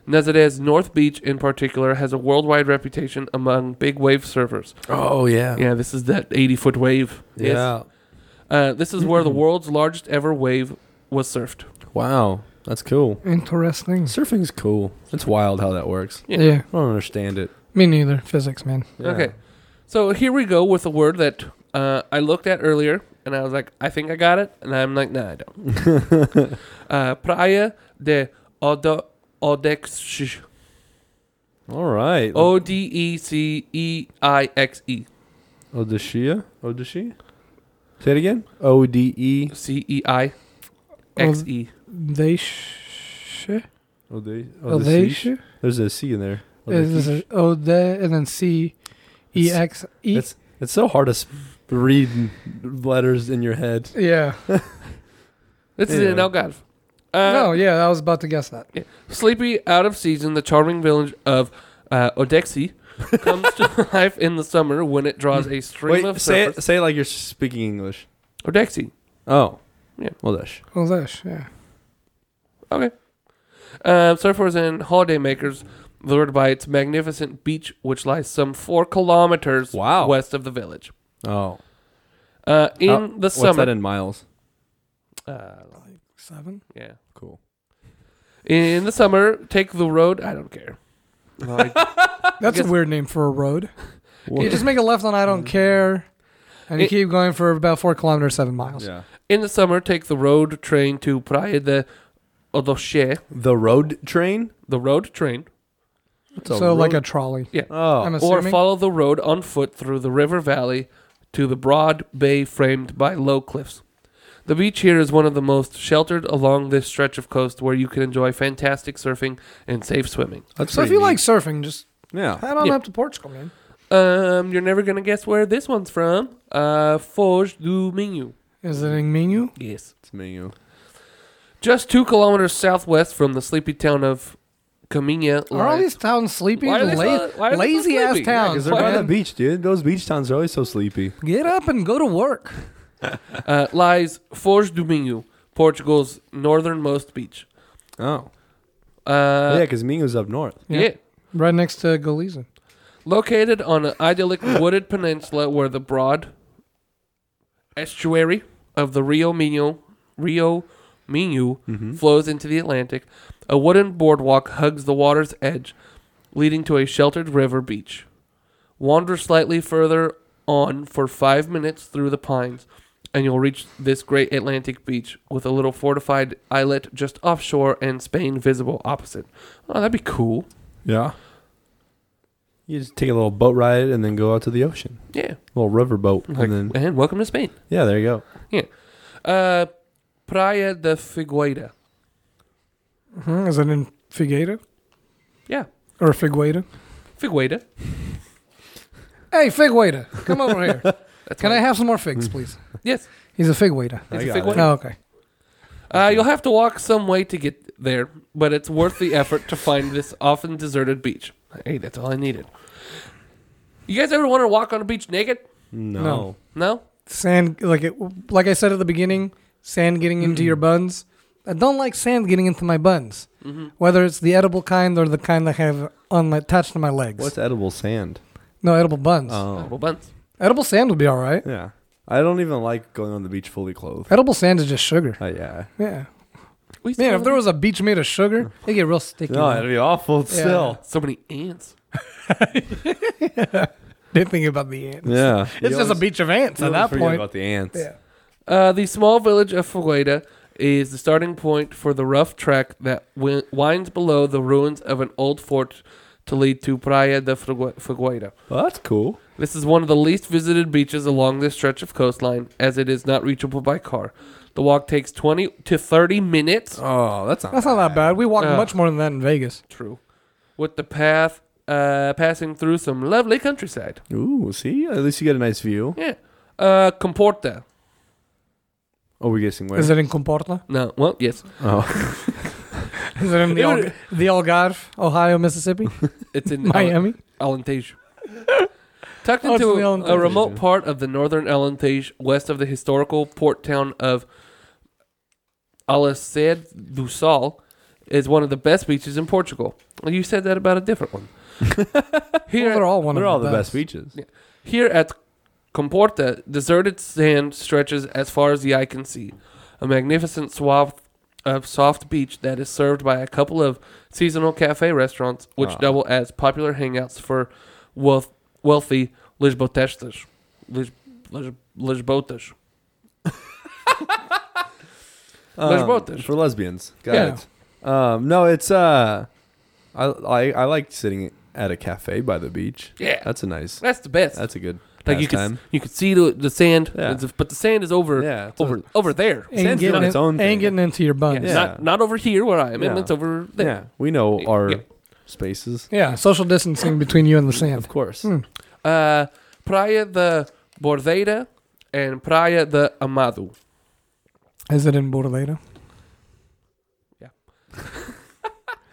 Speaker 1: Nazareth North Beach, in particular, has a worldwide reputation among big wave surfers.
Speaker 2: Oh
Speaker 1: Yeah, this is that 80 foot wave.
Speaker 2: Yeah.
Speaker 1: Uh, this is
Speaker 2: <clears throat>
Speaker 1: where the world's largest ever wave was surfed.
Speaker 2: Wow. That's cool.
Speaker 3: Interesting.
Speaker 2: Surfing's cool. It's wild how that works.
Speaker 1: Yeah.
Speaker 3: Yeah.
Speaker 2: I don't understand it.
Speaker 3: Me neither. Physics, man.
Speaker 2: Yeah.
Speaker 1: Okay. So here we go with a word that uh, I looked at earlier and I was like, I think I got it. And I'm like, nah, I don't. uh, Praia de Odo- Odex.
Speaker 2: <laughs> All right.
Speaker 3: Oh.
Speaker 1: O D E C E I X E.
Speaker 2: Odishia? Odishi? Say it again. O D E.
Speaker 1: C E I X E.
Speaker 3: They sh.
Speaker 2: Ode-
Speaker 3: Oh, they
Speaker 2: Odissi?
Speaker 3: sh.
Speaker 2: There's a C in there.
Speaker 3: Is
Speaker 2: Odissi.
Speaker 3: this a, oh, they and then C, E
Speaker 2: It's-
Speaker 3: X E.
Speaker 2: It's it's so hard to s- read letters in your head.
Speaker 3: Yeah.
Speaker 1: This is
Speaker 2: Yeah. Oh,
Speaker 1: in Algarve. Uh,
Speaker 3: No. Oh, Yeah. I was about to guess that.
Speaker 1: Sleepy, out of season, the charming village of uh, Odexi comes to life in the summer when it draws a stream
Speaker 2: <laughs> Wait,
Speaker 1: of
Speaker 2: say it,
Speaker 1: surfers.
Speaker 2: say it like you're speaking English.
Speaker 1: Odexi.
Speaker 2: Oh.
Speaker 1: Yeah.
Speaker 2: Odish.
Speaker 3: Oh, this. Yeah.
Speaker 1: Okay. Uh, surfers and holidaymakers lured by its magnificent beach, which lies some four kilometers
Speaker 2: Wow.
Speaker 1: west of the village.
Speaker 2: Oh.
Speaker 1: Uh, in
Speaker 2: How-
Speaker 1: the
Speaker 2: What's that
Speaker 1: summer,
Speaker 2: in miles?
Speaker 1: uh,
Speaker 3: Seven.
Speaker 1: yeah.
Speaker 2: Cool.
Speaker 1: In the summer, take the road. I don't care.
Speaker 3: That's
Speaker 1: guess-
Speaker 3: a weird name for a road. You just make a left on I don't care, and you
Speaker 1: It-
Speaker 3: keep going for about four kilometers, seven miles.
Speaker 2: Yeah.
Speaker 1: in the summer, take the road train to Praia de Odoche,
Speaker 2: The road train?
Speaker 1: the road train,
Speaker 2: What's
Speaker 3: So like a trolley.
Speaker 2: Oh.
Speaker 3: I'm
Speaker 1: or
Speaker 3: assuming.
Speaker 1: follow the road on foot through the river valley to the broad bay framed by low cliffs. The beach here is one of the most sheltered along this stretch of coast where you can enjoy fantastic surfing and safe swimming.
Speaker 2: That's
Speaker 3: so if
Speaker 2: pretty
Speaker 3: you
Speaker 2: neat.
Speaker 3: like surfing, just
Speaker 2: Yeah.
Speaker 3: head on
Speaker 1: Yeah.
Speaker 3: up to Portugal, man.
Speaker 1: Um, you're never going to guess where this one's from. Uh, Foge do Minho.
Speaker 3: Is it in menu?
Speaker 1: Yes.
Speaker 2: It's menu.
Speaker 1: Just two kilometers southwest from the sleepy town of Caminha.
Speaker 3: Are all
Speaker 1: lies-
Speaker 3: these towns sleepy?
Speaker 1: Why are they
Speaker 3: La-
Speaker 1: so- why are they so
Speaker 3: lazy ass
Speaker 1: sleepy? Yeah,
Speaker 3: towns.
Speaker 2: Because they're by the
Speaker 3: man.
Speaker 2: beach, dude. Those beach towns are always so sleepy.
Speaker 3: Get up and go to work.
Speaker 1: uh, lies Foge do Minho, Portugal's northernmost beach.
Speaker 2: Oh. yeah,
Speaker 1: Uh,
Speaker 2: because Mingo's up north.
Speaker 3: Yeah.
Speaker 1: yeah.
Speaker 3: Right next to Galiza.
Speaker 1: Located on an
Speaker 2: <gasps>
Speaker 1: idyllic wooded peninsula where the broad estuary of the Rio Minho, Rio Minho
Speaker 2: Mm-hmm.
Speaker 1: flows into the Atlantic, a wooden boardwalk hugs the water's edge, leading to a sheltered river beach. Wander slightly further on for five minutes through the pines, and you'll reach this great Atlantic beach with a little fortified islet just offshore and Spain visible opposite. Oh, that'd be cool.
Speaker 2: Yeah. You just take a little boat ride and then go out to the ocean.
Speaker 1: Yeah.
Speaker 2: little river boat.
Speaker 1: Like,
Speaker 2: and then,
Speaker 1: and welcome to Spain.
Speaker 2: yeah, there you go.
Speaker 1: Uh, Praia de Figueira.
Speaker 3: Mhm, Is it in Figueira
Speaker 1: Yeah,
Speaker 3: or Figueira?
Speaker 1: Figueira.
Speaker 3: <laughs> Hey, Figueira, come over here.
Speaker 1: That's
Speaker 3: Can I
Speaker 1: my-
Speaker 3: have some more figs, please?
Speaker 1: Yes.
Speaker 3: He's a fig waiter.
Speaker 1: It's a
Speaker 2: I got
Speaker 1: fig
Speaker 2: it.
Speaker 1: one.
Speaker 3: Oh, okay.
Speaker 1: Uh, you'll have to walk some way to get there, but it's worth the effort to find this often deserted beach. Hey, that's all I needed. You guys ever want to walk on a beach naked?
Speaker 2: No.
Speaker 3: No.
Speaker 1: No?
Speaker 3: Sand, like it, like I said at the beginning, sand getting into
Speaker 2: Mm-hmm.
Speaker 3: your buns. I don't like sand getting into my buns,
Speaker 1: Mm-hmm.
Speaker 3: whether it's the edible kind or the kind that have on my, attached to my legs.
Speaker 2: What's edible sand?
Speaker 3: No edible buns.
Speaker 2: Oh.
Speaker 1: Edible buns.
Speaker 3: edible sand would be all right.
Speaker 2: Yeah. I don't even like going on the beach fully clothed.
Speaker 3: Edible sand is just sugar.
Speaker 2: Uh, yeah.
Speaker 3: Yeah.
Speaker 1: We used to
Speaker 3: Man,
Speaker 1: go
Speaker 3: if there
Speaker 1: on-
Speaker 3: was a beach made of sugar, it'd get real sticky.
Speaker 2: No, it'd be awful still.
Speaker 1: so many ants.
Speaker 3: Didn't think about the ants.
Speaker 2: Yeah.
Speaker 3: It's just a beach of ants at that point.
Speaker 2: about the ants.
Speaker 3: Yeah.
Speaker 1: Uh, the small village of Fueda is the starting point for the rough track that wi- winds below the ruins of an old fort to lead to Praia de Fugu- Fugueira.
Speaker 2: Well, that's cool.
Speaker 1: This is one of the least visited beaches along this stretch of coastline, as it is not reachable by car. The walk takes 20 to 30 minutes.
Speaker 2: Oh, that's not.
Speaker 3: That's not that bad. We walked
Speaker 1: Yeah.
Speaker 3: much more than that in Vegas.
Speaker 1: True. With the path uh, passing through some lovely countryside.
Speaker 2: Ooh, see, at least you get a nice view.
Speaker 1: Yeah. Uh, Comporta.
Speaker 2: Oh, we're guessing where?
Speaker 3: Is it in Comporta?
Speaker 1: No, well, yes.
Speaker 2: oh,
Speaker 3: Is it in the,
Speaker 1: It
Speaker 3: Al-
Speaker 1: would-
Speaker 3: the Algarve,
Speaker 2: <laughs>
Speaker 3: Ohio, Mississippi,
Speaker 1: It's
Speaker 3: <laughs>
Speaker 1: in Al-
Speaker 3: Miami?
Speaker 1: Alentejo. Tucked
Speaker 3: Oh, it's
Speaker 1: into a, a
Speaker 3: in the Alentejo.
Speaker 1: remote part of the northern Alentejo, west of the historical port town of Alaced do Sol, is one of the best beaches in Portugal. Well, You said that about a different one.
Speaker 3: Well,
Speaker 1: Here
Speaker 3: they're all
Speaker 2: <laughs>
Speaker 3: one
Speaker 2: they're
Speaker 3: of
Speaker 2: all the best beaches.
Speaker 1: Yeah. Here at Comporta, deserted sand stretches as far as the eye can see. A magnificent swath of soft beach that is served by a couple of seasonal cafe restaurants, which
Speaker 2: Ah.
Speaker 1: double as popular hangouts for wealth, wealthy Lisboetas. Lis, Lis, Lisboetas. Lesbotas.
Speaker 2: Um, for lesbians. Got
Speaker 3: Yeah.
Speaker 2: it. Um, no, it's uh, I, I I like sitting at a cafe by the beach.
Speaker 1: Yeah, that's,
Speaker 2: That's a nice.
Speaker 1: the best.
Speaker 2: That's a good.
Speaker 1: like you
Speaker 2: pastime.
Speaker 1: can you can see the, the sand,
Speaker 2: Yeah.
Speaker 1: it's- but the sand is over
Speaker 2: yeah, it's
Speaker 1: over
Speaker 2: a-
Speaker 1: over there.
Speaker 3: Ain't
Speaker 2: Sand's doing
Speaker 3: getting,
Speaker 2: its own thing.
Speaker 3: ain't getting into your
Speaker 1: Yeah,
Speaker 3: buns.
Speaker 2: Yeah.
Speaker 1: Not not over here where I am.
Speaker 2: Yeah.
Speaker 1: It's over there.
Speaker 2: yeah. We know our
Speaker 1: Yeah.
Speaker 2: spaces,
Speaker 3: Yeah, social distancing between you and the
Speaker 2: of
Speaker 3: sand.
Speaker 2: course.
Speaker 3: Hmm.
Speaker 1: Uh, Praia de Bordeira and Praia de Amado.
Speaker 3: Is it in Bordeleda?
Speaker 1: Yeah.
Speaker 3: <laughs>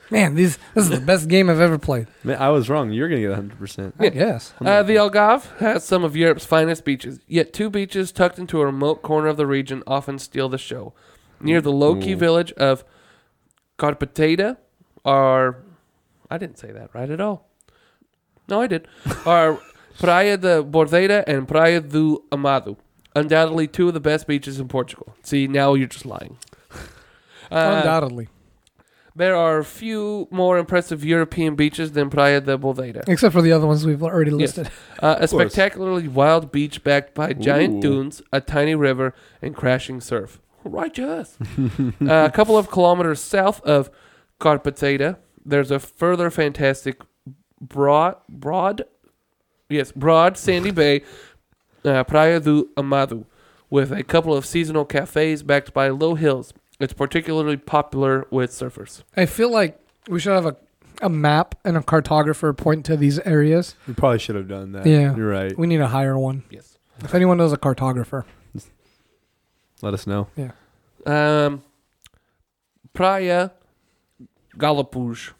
Speaker 3: Man, these this is the best game I've ever played.
Speaker 2: Man, I was wrong. You're gonna get 100. percent
Speaker 1: Yeah.
Speaker 3: I guess.
Speaker 1: Uh, the Algarve has some of Europe's finest beaches, yet two beaches tucked into a remote corner of the region often steal the show. Near the low-key
Speaker 2: Ooh.
Speaker 1: village of Carpateda are... I didn't say that right at all. No, I did. Are Praia de Bordeira and Praia do Amado. Undoubtedly two of the best beaches in Portugal. See, now you're just lying. Uh,
Speaker 3: Undoubtedly.
Speaker 1: There are few more impressive European beaches than Praia de Boldeira.
Speaker 3: Except for the other ones we've already
Speaker 1: Yes.
Speaker 3: listed.
Speaker 1: Uh, a
Speaker 2: course.
Speaker 1: spectacularly wild beach backed by giant
Speaker 2: Ooh.
Speaker 1: dunes, a tiny river, and crashing surf.
Speaker 2: <laughs>
Speaker 1: Righteous. uh, a couple of kilometers south of Carpateda, there's a further fantastic broad, broad, yes, broad
Speaker 2: <laughs>
Speaker 1: sandy bay, uh, Praia do Amado, with a couple of seasonal cafes backed by low hills. It's particularly popular with surfers.
Speaker 3: I feel like we should have a, a map and a cartographer point to these areas.
Speaker 2: We probably should have done that.
Speaker 3: Yeah.
Speaker 2: You're right.
Speaker 3: We need to hire one.
Speaker 1: Yes.
Speaker 3: If anyone knows a cartographer.
Speaker 2: Let us know.
Speaker 1: Um, Praia Galapuz,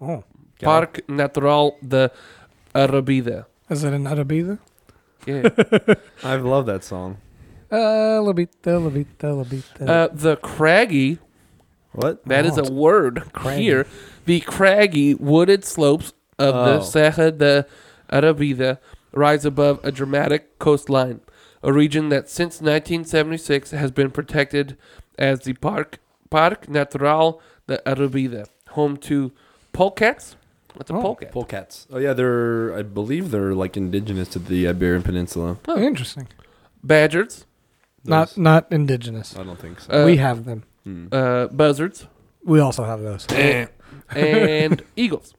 Speaker 3: Oh.
Speaker 1: Parque Natural de Arabida.
Speaker 3: Is it in Arabida?
Speaker 1: Yeah.
Speaker 2: I love that song.
Speaker 3: Uh, Labita, Labita,
Speaker 1: <laughs>
Speaker 3: Labita.
Speaker 1: uh, the craggy,
Speaker 2: What?
Speaker 1: that is
Speaker 3: Oh,
Speaker 1: a word
Speaker 3: Craggy.
Speaker 1: here, the craggy wooded slopes of the
Speaker 2: Oh.
Speaker 1: Serra de Arabida rise above a dramatic coastline, a region that since 1976 has been protected as the Parque, Parque Natural de Arabida, home to polecats. What's a
Speaker 3: Oh,
Speaker 1: polecat?
Speaker 2: Polecats. Oh yeah, they're. I believe they're like indigenous to the Iberian Peninsula.
Speaker 3: oh, interesting.
Speaker 1: Badgers.
Speaker 3: Not
Speaker 2: Those-
Speaker 3: not indigenous.
Speaker 2: I don't think so.
Speaker 1: Uh,
Speaker 3: we have them.
Speaker 2: Hmm.
Speaker 1: uh, buzzards,
Speaker 3: We also have those.
Speaker 1: Eh, and eagles.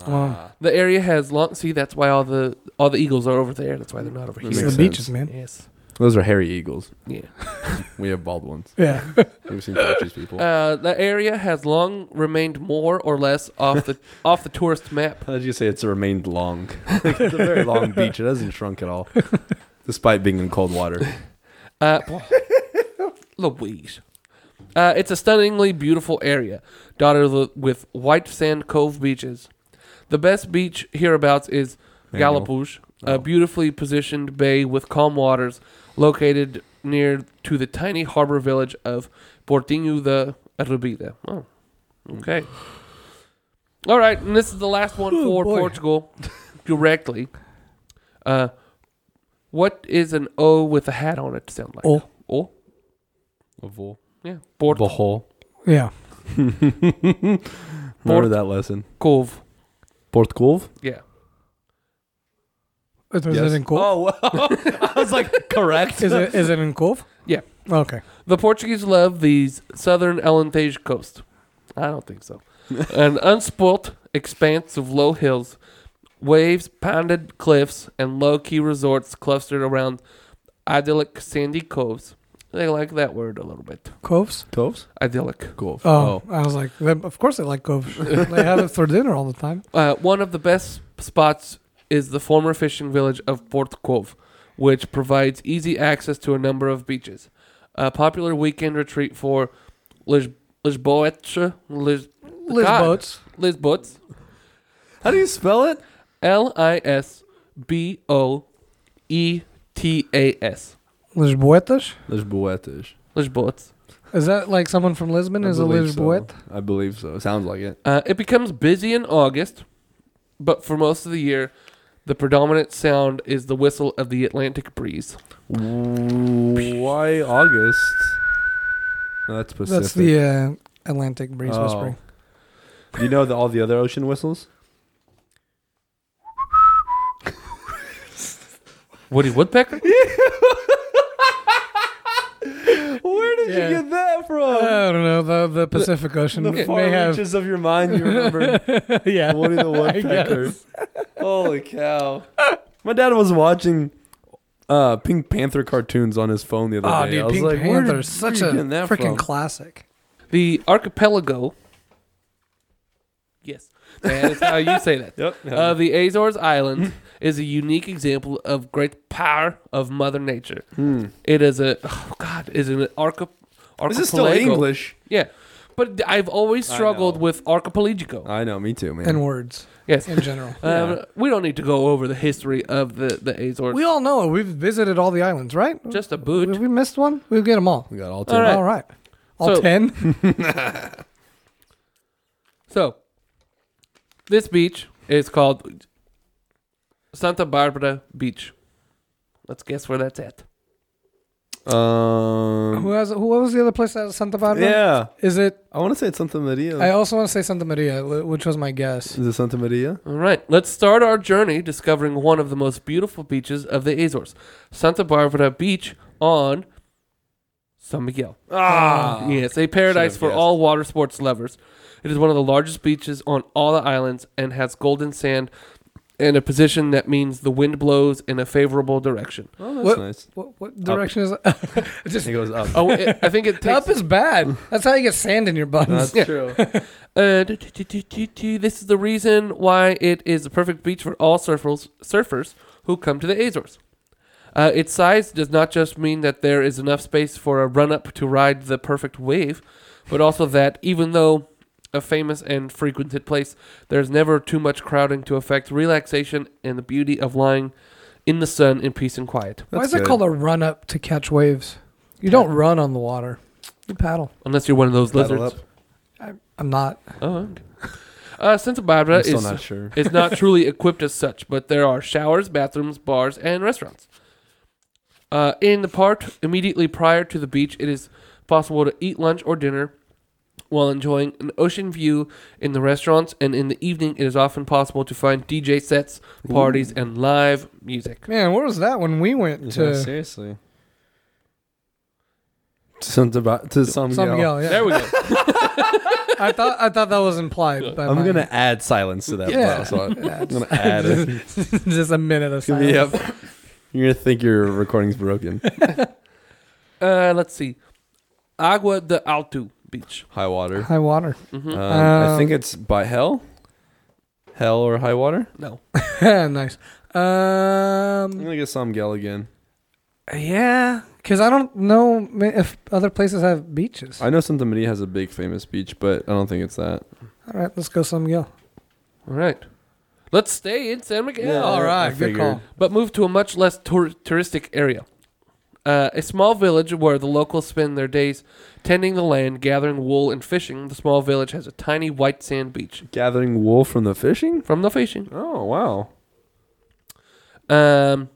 Speaker 2: Ah.
Speaker 3: Wow.
Speaker 1: The area has long. See, that's why all the all the eagles are over there. That's why they're not over
Speaker 2: That
Speaker 3: It's
Speaker 1: here.
Speaker 3: the
Speaker 2: makes
Speaker 3: beaches,
Speaker 2: sense.
Speaker 3: man.
Speaker 1: Yes.
Speaker 2: Those are hairy eagles.
Speaker 1: Yeah.
Speaker 2: <laughs> We have bald ones. <laughs>
Speaker 3: Yeah.
Speaker 2: We've seen Portuguese people.
Speaker 1: Uh, the area has long remained more or less off
Speaker 2: <laughs>
Speaker 1: the off the tourist map.
Speaker 2: How did you say it's remained long? it's a very long beach. It hasn't shrunk at all. <laughs> despite being in cold water.
Speaker 1: Uh, Louise. Uh, it's a stunningly beautiful area, dotted li- with white sand cove beaches. The best beach hereabouts is
Speaker 2: Manuel.
Speaker 1: Galapoosh,
Speaker 2: Oh.
Speaker 1: a beautifully positioned bay with calm waters, located near to the tiny harbor village of Portinho de Arubida. Oh, okay. All right, and this is the last one for
Speaker 3: boy.
Speaker 1: Portugal <laughs> directly. Uh, what is an O with a hat on it sound like?
Speaker 3: Oh.
Speaker 1: O?
Speaker 2: A vol.
Speaker 1: Yeah. Port
Speaker 2: The <laughs> hole.
Speaker 3: Yeah.
Speaker 2: Remember
Speaker 1: Port-
Speaker 2: that lesson.
Speaker 1: Cove.
Speaker 2: Port Cove?
Speaker 1: Yeah.
Speaker 3: Is, is
Speaker 2: Yes.
Speaker 3: it in Cove?
Speaker 2: Oh, wow. <laughs> I was like, correct.
Speaker 3: Is it is it in Cove?
Speaker 1: Oh. Yeah.
Speaker 3: Okay.
Speaker 1: The Portuguese love the southern Alentejo coast. I don't think so. An unspoilt expanse of low hills, waves pounded cliffs, and low key resorts clustered around idyllic sandy coves. They like that word a little bit.
Speaker 3: Coves?
Speaker 2: Coves?
Speaker 1: Idyllic.
Speaker 2: Cove.
Speaker 3: Oh, I was like, they- of course they like Cove.
Speaker 2: <laughs>
Speaker 3: they have it for dinner all the time.
Speaker 1: Uh, one of the best spots is the former fishing village of Port Cove, which provides easy access to a number of beaches. A popular weekend retreat for Lis- Lisboetes, Lis-
Speaker 3: Liz
Speaker 1: God.
Speaker 3: boats.
Speaker 1: Lisboetes,
Speaker 2: How do you spell it?
Speaker 1: L I S B O E T A S,
Speaker 3: Lisboetas?
Speaker 2: Lisboetas.
Speaker 1: Lisboetes.
Speaker 3: Is that like someone from Lisbon
Speaker 2: I
Speaker 3: is a
Speaker 2: believe so.
Speaker 3: Lisboet?
Speaker 2: I believe so. Sounds like it.
Speaker 1: Uh, it becomes busy in August, but for most of the year, the predominant sound is the whistle of the Atlantic breeze.
Speaker 2: Why August? No, that's Pacific.
Speaker 3: That's the uh, Atlantic breeze
Speaker 2: Oh.
Speaker 3: whispering.
Speaker 2: Do you know the, all the other ocean whistles?
Speaker 1: Woody Woodpecker?
Speaker 2: Where did
Speaker 3: Yeah.
Speaker 2: you get that from?
Speaker 3: I don't know the the Pacific Ocean
Speaker 2: the
Speaker 3: it
Speaker 2: far
Speaker 3: may have.
Speaker 2: reaches of your mind, you remember
Speaker 3: <laughs> yeah.
Speaker 2: Woody the Woodpecker. Holy cow! My dad was watching uh, Pink Panther cartoons on his phone the other
Speaker 3: Oh,
Speaker 2: day. I
Speaker 3: dude,
Speaker 2: was
Speaker 3: Pink
Speaker 2: like, where
Speaker 3: Panther
Speaker 2: did-
Speaker 3: is such
Speaker 2: where
Speaker 3: a
Speaker 2: you getting that
Speaker 3: freaking
Speaker 2: from?
Speaker 3: classic.
Speaker 1: The archipelago. Yes, that is how you say that.
Speaker 2: Yep. <laughs> yeah.
Speaker 3: uh,
Speaker 1: Of the Azores Islands is a unique example of great power of Mother Nature.
Speaker 2: Hmm.
Speaker 1: It is a oh God, is it an archi- archipelago?
Speaker 2: This is still English.
Speaker 1: Yeah, but I've always
Speaker 2: I
Speaker 1: struggled
Speaker 2: know. Uh,
Speaker 1: with archipelago.
Speaker 2: I know, me too, man.
Speaker 3: And words
Speaker 1: Yes,
Speaker 3: in general.
Speaker 1: um, we don't need to go over the history of the the Azores.
Speaker 3: we all know it. We've visited all the islands, right?
Speaker 1: Just a
Speaker 3: Have
Speaker 1: boot.
Speaker 3: we missed one? We get them all.
Speaker 2: we got all
Speaker 1: All right.
Speaker 3: All right. All
Speaker 1: So-
Speaker 3: 10?
Speaker 1: So, this beach is called Santa Barbara Beach. Let's guess where that's at.
Speaker 3: who
Speaker 2: Um,
Speaker 3: has who was the other place that was Santa Barbara?
Speaker 2: yeah,
Speaker 3: Is it
Speaker 2: I want to say it's Santa Maria.
Speaker 3: I also want to say Santa Maria, wh- which was my guess.
Speaker 2: is it Santa Maria?
Speaker 1: All right, let's start our journey discovering one of the most beautiful beaches of the Azores, Santa Barbara Beach on San Miguel.
Speaker 2: Um,
Speaker 3: Ah.
Speaker 1: yes, a paradise
Speaker 2: Should've
Speaker 1: for
Speaker 2: guessed.
Speaker 1: all water sports lovers. It is one of the largest beaches on all the islands and has golden sand and a position that means the wind blows in a favorable direction.
Speaker 2: Oh, that's
Speaker 3: What-
Speaker 2: nice.
Speaker 3: What, what direction <laughs> is that? Just
Speaker 2: <laughs> It goes up.
Speaker 1: Oh, it, I
Speaker 3: <laughs>
Speaker 1: think it takes
Speaker 3: up is bad. That's how you get sand in your buns.
Speaker 1: Yeah.
Speaker 2: true.
Speaker 1: Uh, do- do- do- do- do. this is the reason why it is the perfect beach for all surfers, surfers who come to the Azores. Uh, its size does not just mean that there is enough space for a run up to ride the perfect wave, but also that even though a famous and frequented place, there's never too much crowding to affect relaxation and the beauty of lying in the sun in peace and quiet.
Speaker 3: Why
Speaker 2: That's
Speaker 3: is it
Speaker 2: good.
Speaker 3: called a run up to catch waves? You don't run on the water. You paddle.
Speaker 1: Unless you're one of those
Speaker 2: Paddle
Speaker 1: lizards.
Speaker 2: up.
Speaker 3: I, I'm not.
Speaker 1: Oh, okay. Uh, Santa Barbara
Speaker 2: I'm still
Speaker 1: is
Speaker 2: not sure.
Speaker 1: It's not truly equipped as such, but there are showers, bathrooms, bars, and restaurants. Uh, in the park, immediately prior to the beach, it is possible to eat lunch or dinner while enjoying an ocean view in the restaurants, and in the evening, it is often possible to find DJ sets, parties, and live music.
Speaker 3: Man, where was that when we went
Speaker 2: Yeah,
Speaker 3: to
Speaker 2: seriously. To Santa Ba- to San
Speaker 3: San
Speaker 2: Miguel.
Speaker 3: Miguel?
Speaker 1: There
Speaker 3: Yeah.
Speaker 1: we go. <laughs>
Speaker 3: I thought I thought that was implied. By
Speaker 2: I'm
Speaker 3: my-
Speaker 2: gonna add silence to that.
Speaker 3: Yeah.
Speaker 2: last one.
Speaker 3: Yeah,
Speaker 2: I'm gonna <laughs> add it.
Speaker 3: <laughs> just a minute
Speaker 2: <laughs>
Speaker 3: of
Speaker 2: It's gonna be
Speaker 3: silence.
Speaker 2: up. You're gonna think your recording's broken.
Speaker 1: Uh, let's see. Agua de Alto Beach.
Speaker 2: High water.
Speaker 3: High water. <laughs>
Speaker 1: hmm
Speaker 2: Um, I think it's by hell. Hell or high water.
Speaker 1: no.
Speaker 3: nice.
Speaker 2: I'm
Speaker 3: Um,
Speaker 2: gonna get San Miguel again.
Speaker 1: Yeah.
Speaker 3: Because I don't know ma- if other places have beaches.
Speaker 2: I know Santa Maria has a big famous beach, but I don't think it's that.
Speaker 3: All right, let's go San Miguel.
Speaker 1: All right. Let's stay in San Miguel.
Speaker 2: Yeah.
Speaker 3: All right,
Speaker 2: I
Speaker 3: good
Speaker 2: figured.
Speaker 3: call.
Speaker 1: but move to a much less tour- touristic area. Uh, a small village where the locals spend their days tending the land, gathering wool, and fishing. The small village has a tiny white sand beach
Speaker 2: Gathering wool from the fishing?
Speaker 1: from the fishing.
Speaker 2: Oh wow.
Speaker 1: Um,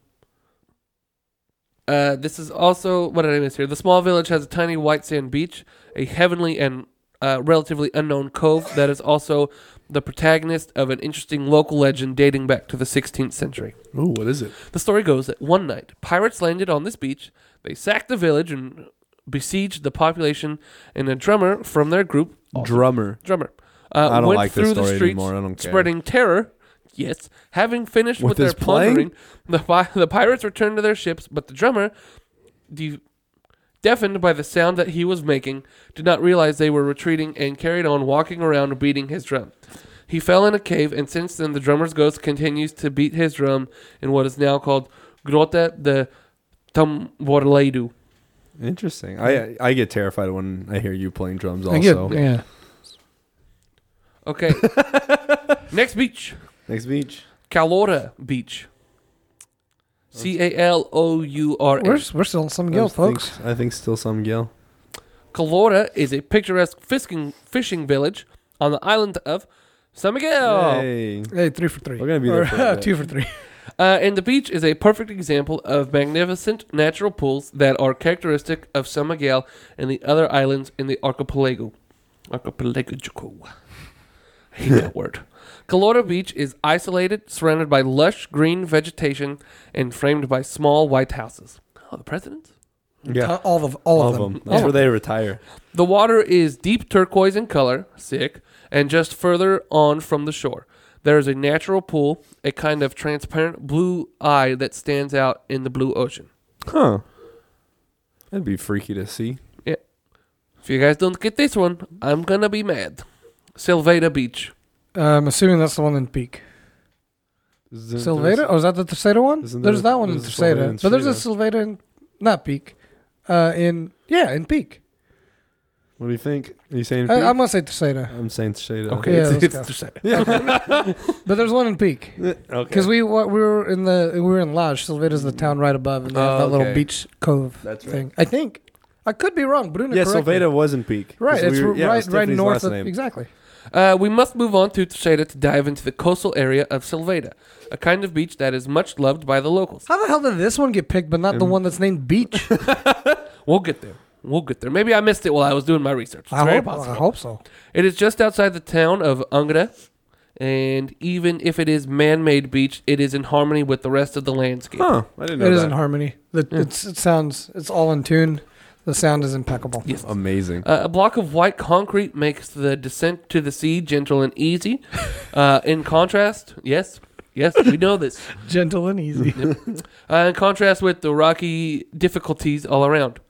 Speaker 1: uh, this is also what did I miss here? The small village has a tiny white sand beach, a heavenly and uh, relatively unknown cove that is also the protagonist of an interesting local legend dating back to the 16th century.
Speaker 4: Ooh, what is it?
Speaker 1: The story goes that one night, pirates landed on this beach. They sacked the village and besieged the population, and a drummer from their group,
Speaker 2: Drummer.
Speaker 1: drummer, uh,
Speaker 2: I don't
Speaker 1: went
Speaker 2: like this
Speaker 1: through the
Speaker 2: story
Speaker 1: streets,
Speaker 2: anymore. I don't care.
Speaker 1: spreading terror. Yes, having finished with,
Speaker 2: With
Speaker 1: their
Speaker 2: his playing?
Speaker 1: plundering, the, pi- <laughs> the pirates returned to their ships, but the drummer, de- deafened by the sound that he was making, did not realize they were retreating and carried on walking around beating his drum. He fell in a cave, and since then, the drummer's ghost continues to beat his drum in what is now called Grota de Tamborledu.
Speaker 2: Interesting. I I get terrified when I hear you playing drums.
Speaker 3: I get-
Speaker 2: Also,
Speaker 3: yeah.
Speaker 2: <laughs>
Speaker 1: Okay. Next beach.
Speaker 2: next beach.
Speaker 1: Calora Beach. C A L O U R
Speaker 3: We're,
Speaker 1: S.
Speaker 3: we're still in San Miguel, folks.
Speaker 2: Think, I think still some Gil.
Speaker 1: Calora is a picturesque fishing, fishing village on the island of San Miguel.
Speaker 2: Hey.
Speaker 3: Hey, three for three.
Speaker 2: We're gonna be there
Speaker 3: Or, <laughs>
Speaker 2: for a bit.
Speaker 3: two for three.
Speaker 1: Uh, and the beach is a perfect example of magnificent natural pools that are characteristic of San Miguel and the other islands in the archipelago. Archipelago. I hate that word. Calora Beach is isolated, surrounded by lush green vegetation, and framed by small white houses. Oh, the president's?
Speaker 2: Yeah.
Speaker 3: Uh, all of all, of them.
Speaker 2: That's
Speaker 1: All
Speaker 2: where
Speaker 1: of
Speaker 2: they retire.
Speaker 1: The water is deep turquoise in color, sick, and just further on from the shore. There is a natural pool, a kind of transparent blue eye that stands out in the blue ocean.
Speaker 2: Huh. That'd be freaky to see.
Speaker 1: If you guys don't get this one, I'm gonna be mad. Silveda Beach.
Speaker 3: Uh, I'm assuming that's the one in Peak. Silveda? Or is that the Terceda one?
Speaker 2: Isn't
Speaker 3: There's
Speaker 2: there-
Speaker 3: that one in
Speaker 2: there's a Salvador in
Speaker 3: Terceda. But there's a Silveda in, not Peak, uh, in, yeah, in Peak.
Speaker 2: What do you think? Are you saying?
Speaker 3: I,
Speaker 2: peak?
Speaker 3: I'm going to say Terceda.
Speaker 2: I'm saying shade.
Speaker 1: Okay,
Speaker 3: Yeah,
Speaker 1: it's,
Speaker 3: let's
Speaker 1: it's
Speaker 3: go.
Speaker 1: Terceda.
Speaker 3: <laughs> But there's one in Peak.
Speaker 2: okay.
Speaker 3: Because we wa- we were in the we were in Lodge. Silveda's the town right above, and they have
Speaker 2: Oh,
Speaker 3: that little
Speaker 2: okay.
Speaker 3: beach cove
Speaker 2: That's right.
Speaker 3: thing. I think I could be wrong. Bruna,
Speaker 2: Yeah,
Speaker 3: correct me.
Speaker 2: Silveda was in peak. 'Cause
Speaker 3: Right,
Speaker 2: we
Speaker 3: it's
Speaker 2: were-
Speaker 3: r-
Speaker 2: yeah, it
Speaker 3: right,
Speaker 2: was
Speaker 3: right
Speaker 2: Tiffany's
Speaker 3: north
Speaker 2: last
Speaker 3: of
Speaker 2: name.
Speaker 3: exactly.
Speaker 1: Uh, we must move on to Terceda to dive into the coastal area of Silveda, a kind of beach that is much loved by the locals.
Speaker 3: How the hell did this one get picked, but not the
Speaker 2: Mm.
Speaker 3: one that's
Speaker 2: <laughs>
Speaker 3: named Beach?
Speaker 1: We'll get there. We'll get there. Maybe I missed it while I was doing my research. It's
Speaker 3: I
Speaker 1: very
Speaker 3: hope, uh,
Speaker 1: possible.
Speaker 3: I hope so.
Speaker 1: It is just outside the town of Angra, and even if it is man-made beach, it is in harmony with the rest of the landscape.
Speaker 2: Huh? I didn't know
Speaker 3: It
Speaker 2: that.
Speaker 3: is in harmony. The,
Speaker 2: Mm.
Speaker 1: Yeah.
Speaker 3: it's, it sounds it's all in tune. The sound is impeccable.
Speaker 1: Yes.
Speaker 2: Amazing.
Speaker 1: Uh, a block of white concrete makes the descent to the sea gentle and
Speaker 3: <laughs>
Speaker 1: easy. Uh, in contrast, yes, yes, we know this.
Speaker 3: <laughs> Gentle and
Speaker 2: <laughs>
Speaker 3: easy.
Speaker 1: Uh, in contrast with the rocky difficulties all around.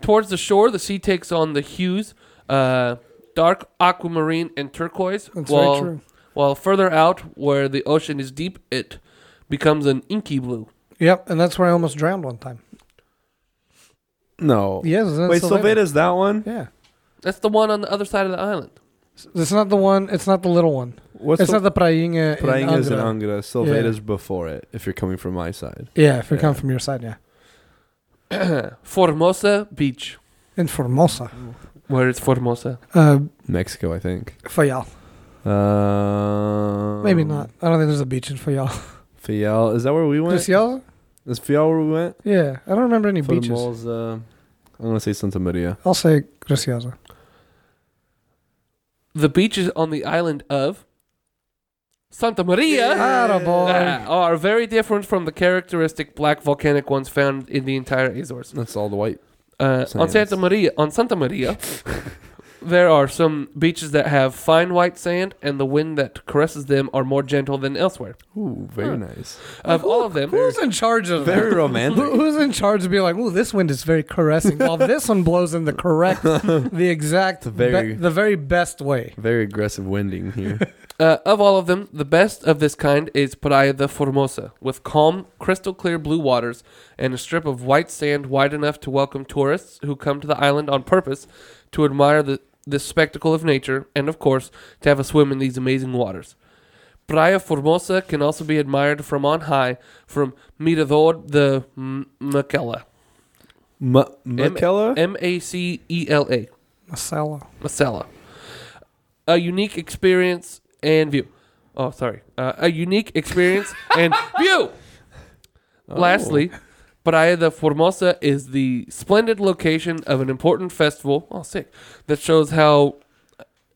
Speaker 1: Towards the shore, the sea takes on the hues, uh, dark aquamarine and turquoise,
Speaker 3: That's
Speaker 1: while
Speaker 3: very true.
Speaker 1: While further out, where the ocean is deep, it becomes an inky blue.
Speaker 3: Yep, and that's where I almost drowned one time.
Speaker 2: No.
Speaker 3: Yes, it's in
Speaker 2: Wait,
Speaker 3: Silveda.
Speaker 2: Silveda's that one?
Speaker 3: Yeah,
Speaker 1: That's the one on the other side of the island.
Speaker 3: it's not the one. It's not the little one.
Speaker 2: What's
Speaker 3: it's
Speaker 2: the
Speaker 3: not the Prainha. in
Speaker 2: Prainha's in Angra.
Speaker 3: Angra.
Speaker 2: Silveda's before it. If you're coming from my side.
Speaker 3: Yeah, if you come
Speaker 2: Yeah.
Speaker 3: from your side, yeah.
Speaker 1: <clears throat> Formosa Beach.
Speaker 3: In Formosa,
Speaker 1: Where is Formosa?
Speaker 3: uh,
Speaker 2: Mexico, I think.
Speaker 3: Fayal.
Speaker 2: Um,
Speaker 3: Maybe not. I don't think there's a beach in Fayal.
Speaker 2: Fial. Is that <laughs> where we went?
Speaker 3: Just y'all?
Speaker 2: Is Fial where we went?
Speaker 3: Yeah, I don't remember any
Speaker 2: For the
Speaker 3: beaches.
Speaker 2: malls, uh, I'm gonna say Santa Maria.
Speaker 3: I'll say Graciosa.
Speaker 1: The beaches on the island of Santa Maria
Speaker 3: Attaboy.
Speaker 1: uh, are very different from the characteristic black volcanic ones found in the entire Azores.
Speaker 2: That's all the white.
Speaker 1: Uh, on
Speaker 2: Sands.
Speaker 1: Santa Maria, on Santa Maria, There are some beaches that have fine white sand, and the wind that caresses them are more gentle than elsewhere.
Speaker 2: Ooh, very nice.
Speaker 1: Of all of them,
Speaker 3: Who's in charge of that?
Speaker 2: Very
Speaker 3: <laughs> Who-
Speaker 2: romantic.
Speaker 3: Who's in charge of being like, "Ooh, this wind is very caressing,"
Speaker 2: <laughs>
Speaker 3: while this one blows in the correct, the exact,
Speaker 2: very-
Speaker 3: be- the very best way.
Speaker 2: very aggressive winding
Speaker 3: <laughs>
Speaker 2: here.
Speaker 1: Uh, of all of them, the best of this kind is Praia da Formosa, with calm, crystal clear blue waters and a strip of white sand wide enough to welcome tourists who come to the island on purpose to admire the, this spectacle of nature and, of course, to have a swim in these amazing waters. Praia Formosa can also be admired from on high from Mirador de M- Macela.
Speaker 2: Ma- Macella?
Speaker 1: M A C E L A.
Speaker 3: Masala.
Speaker 1: Macella. A unique experience and view. Oh, sorry. Uh, a unique experience and view. Lastly, Praia da Formosa is the splendid location of an important festival. Oh, sick. That shows how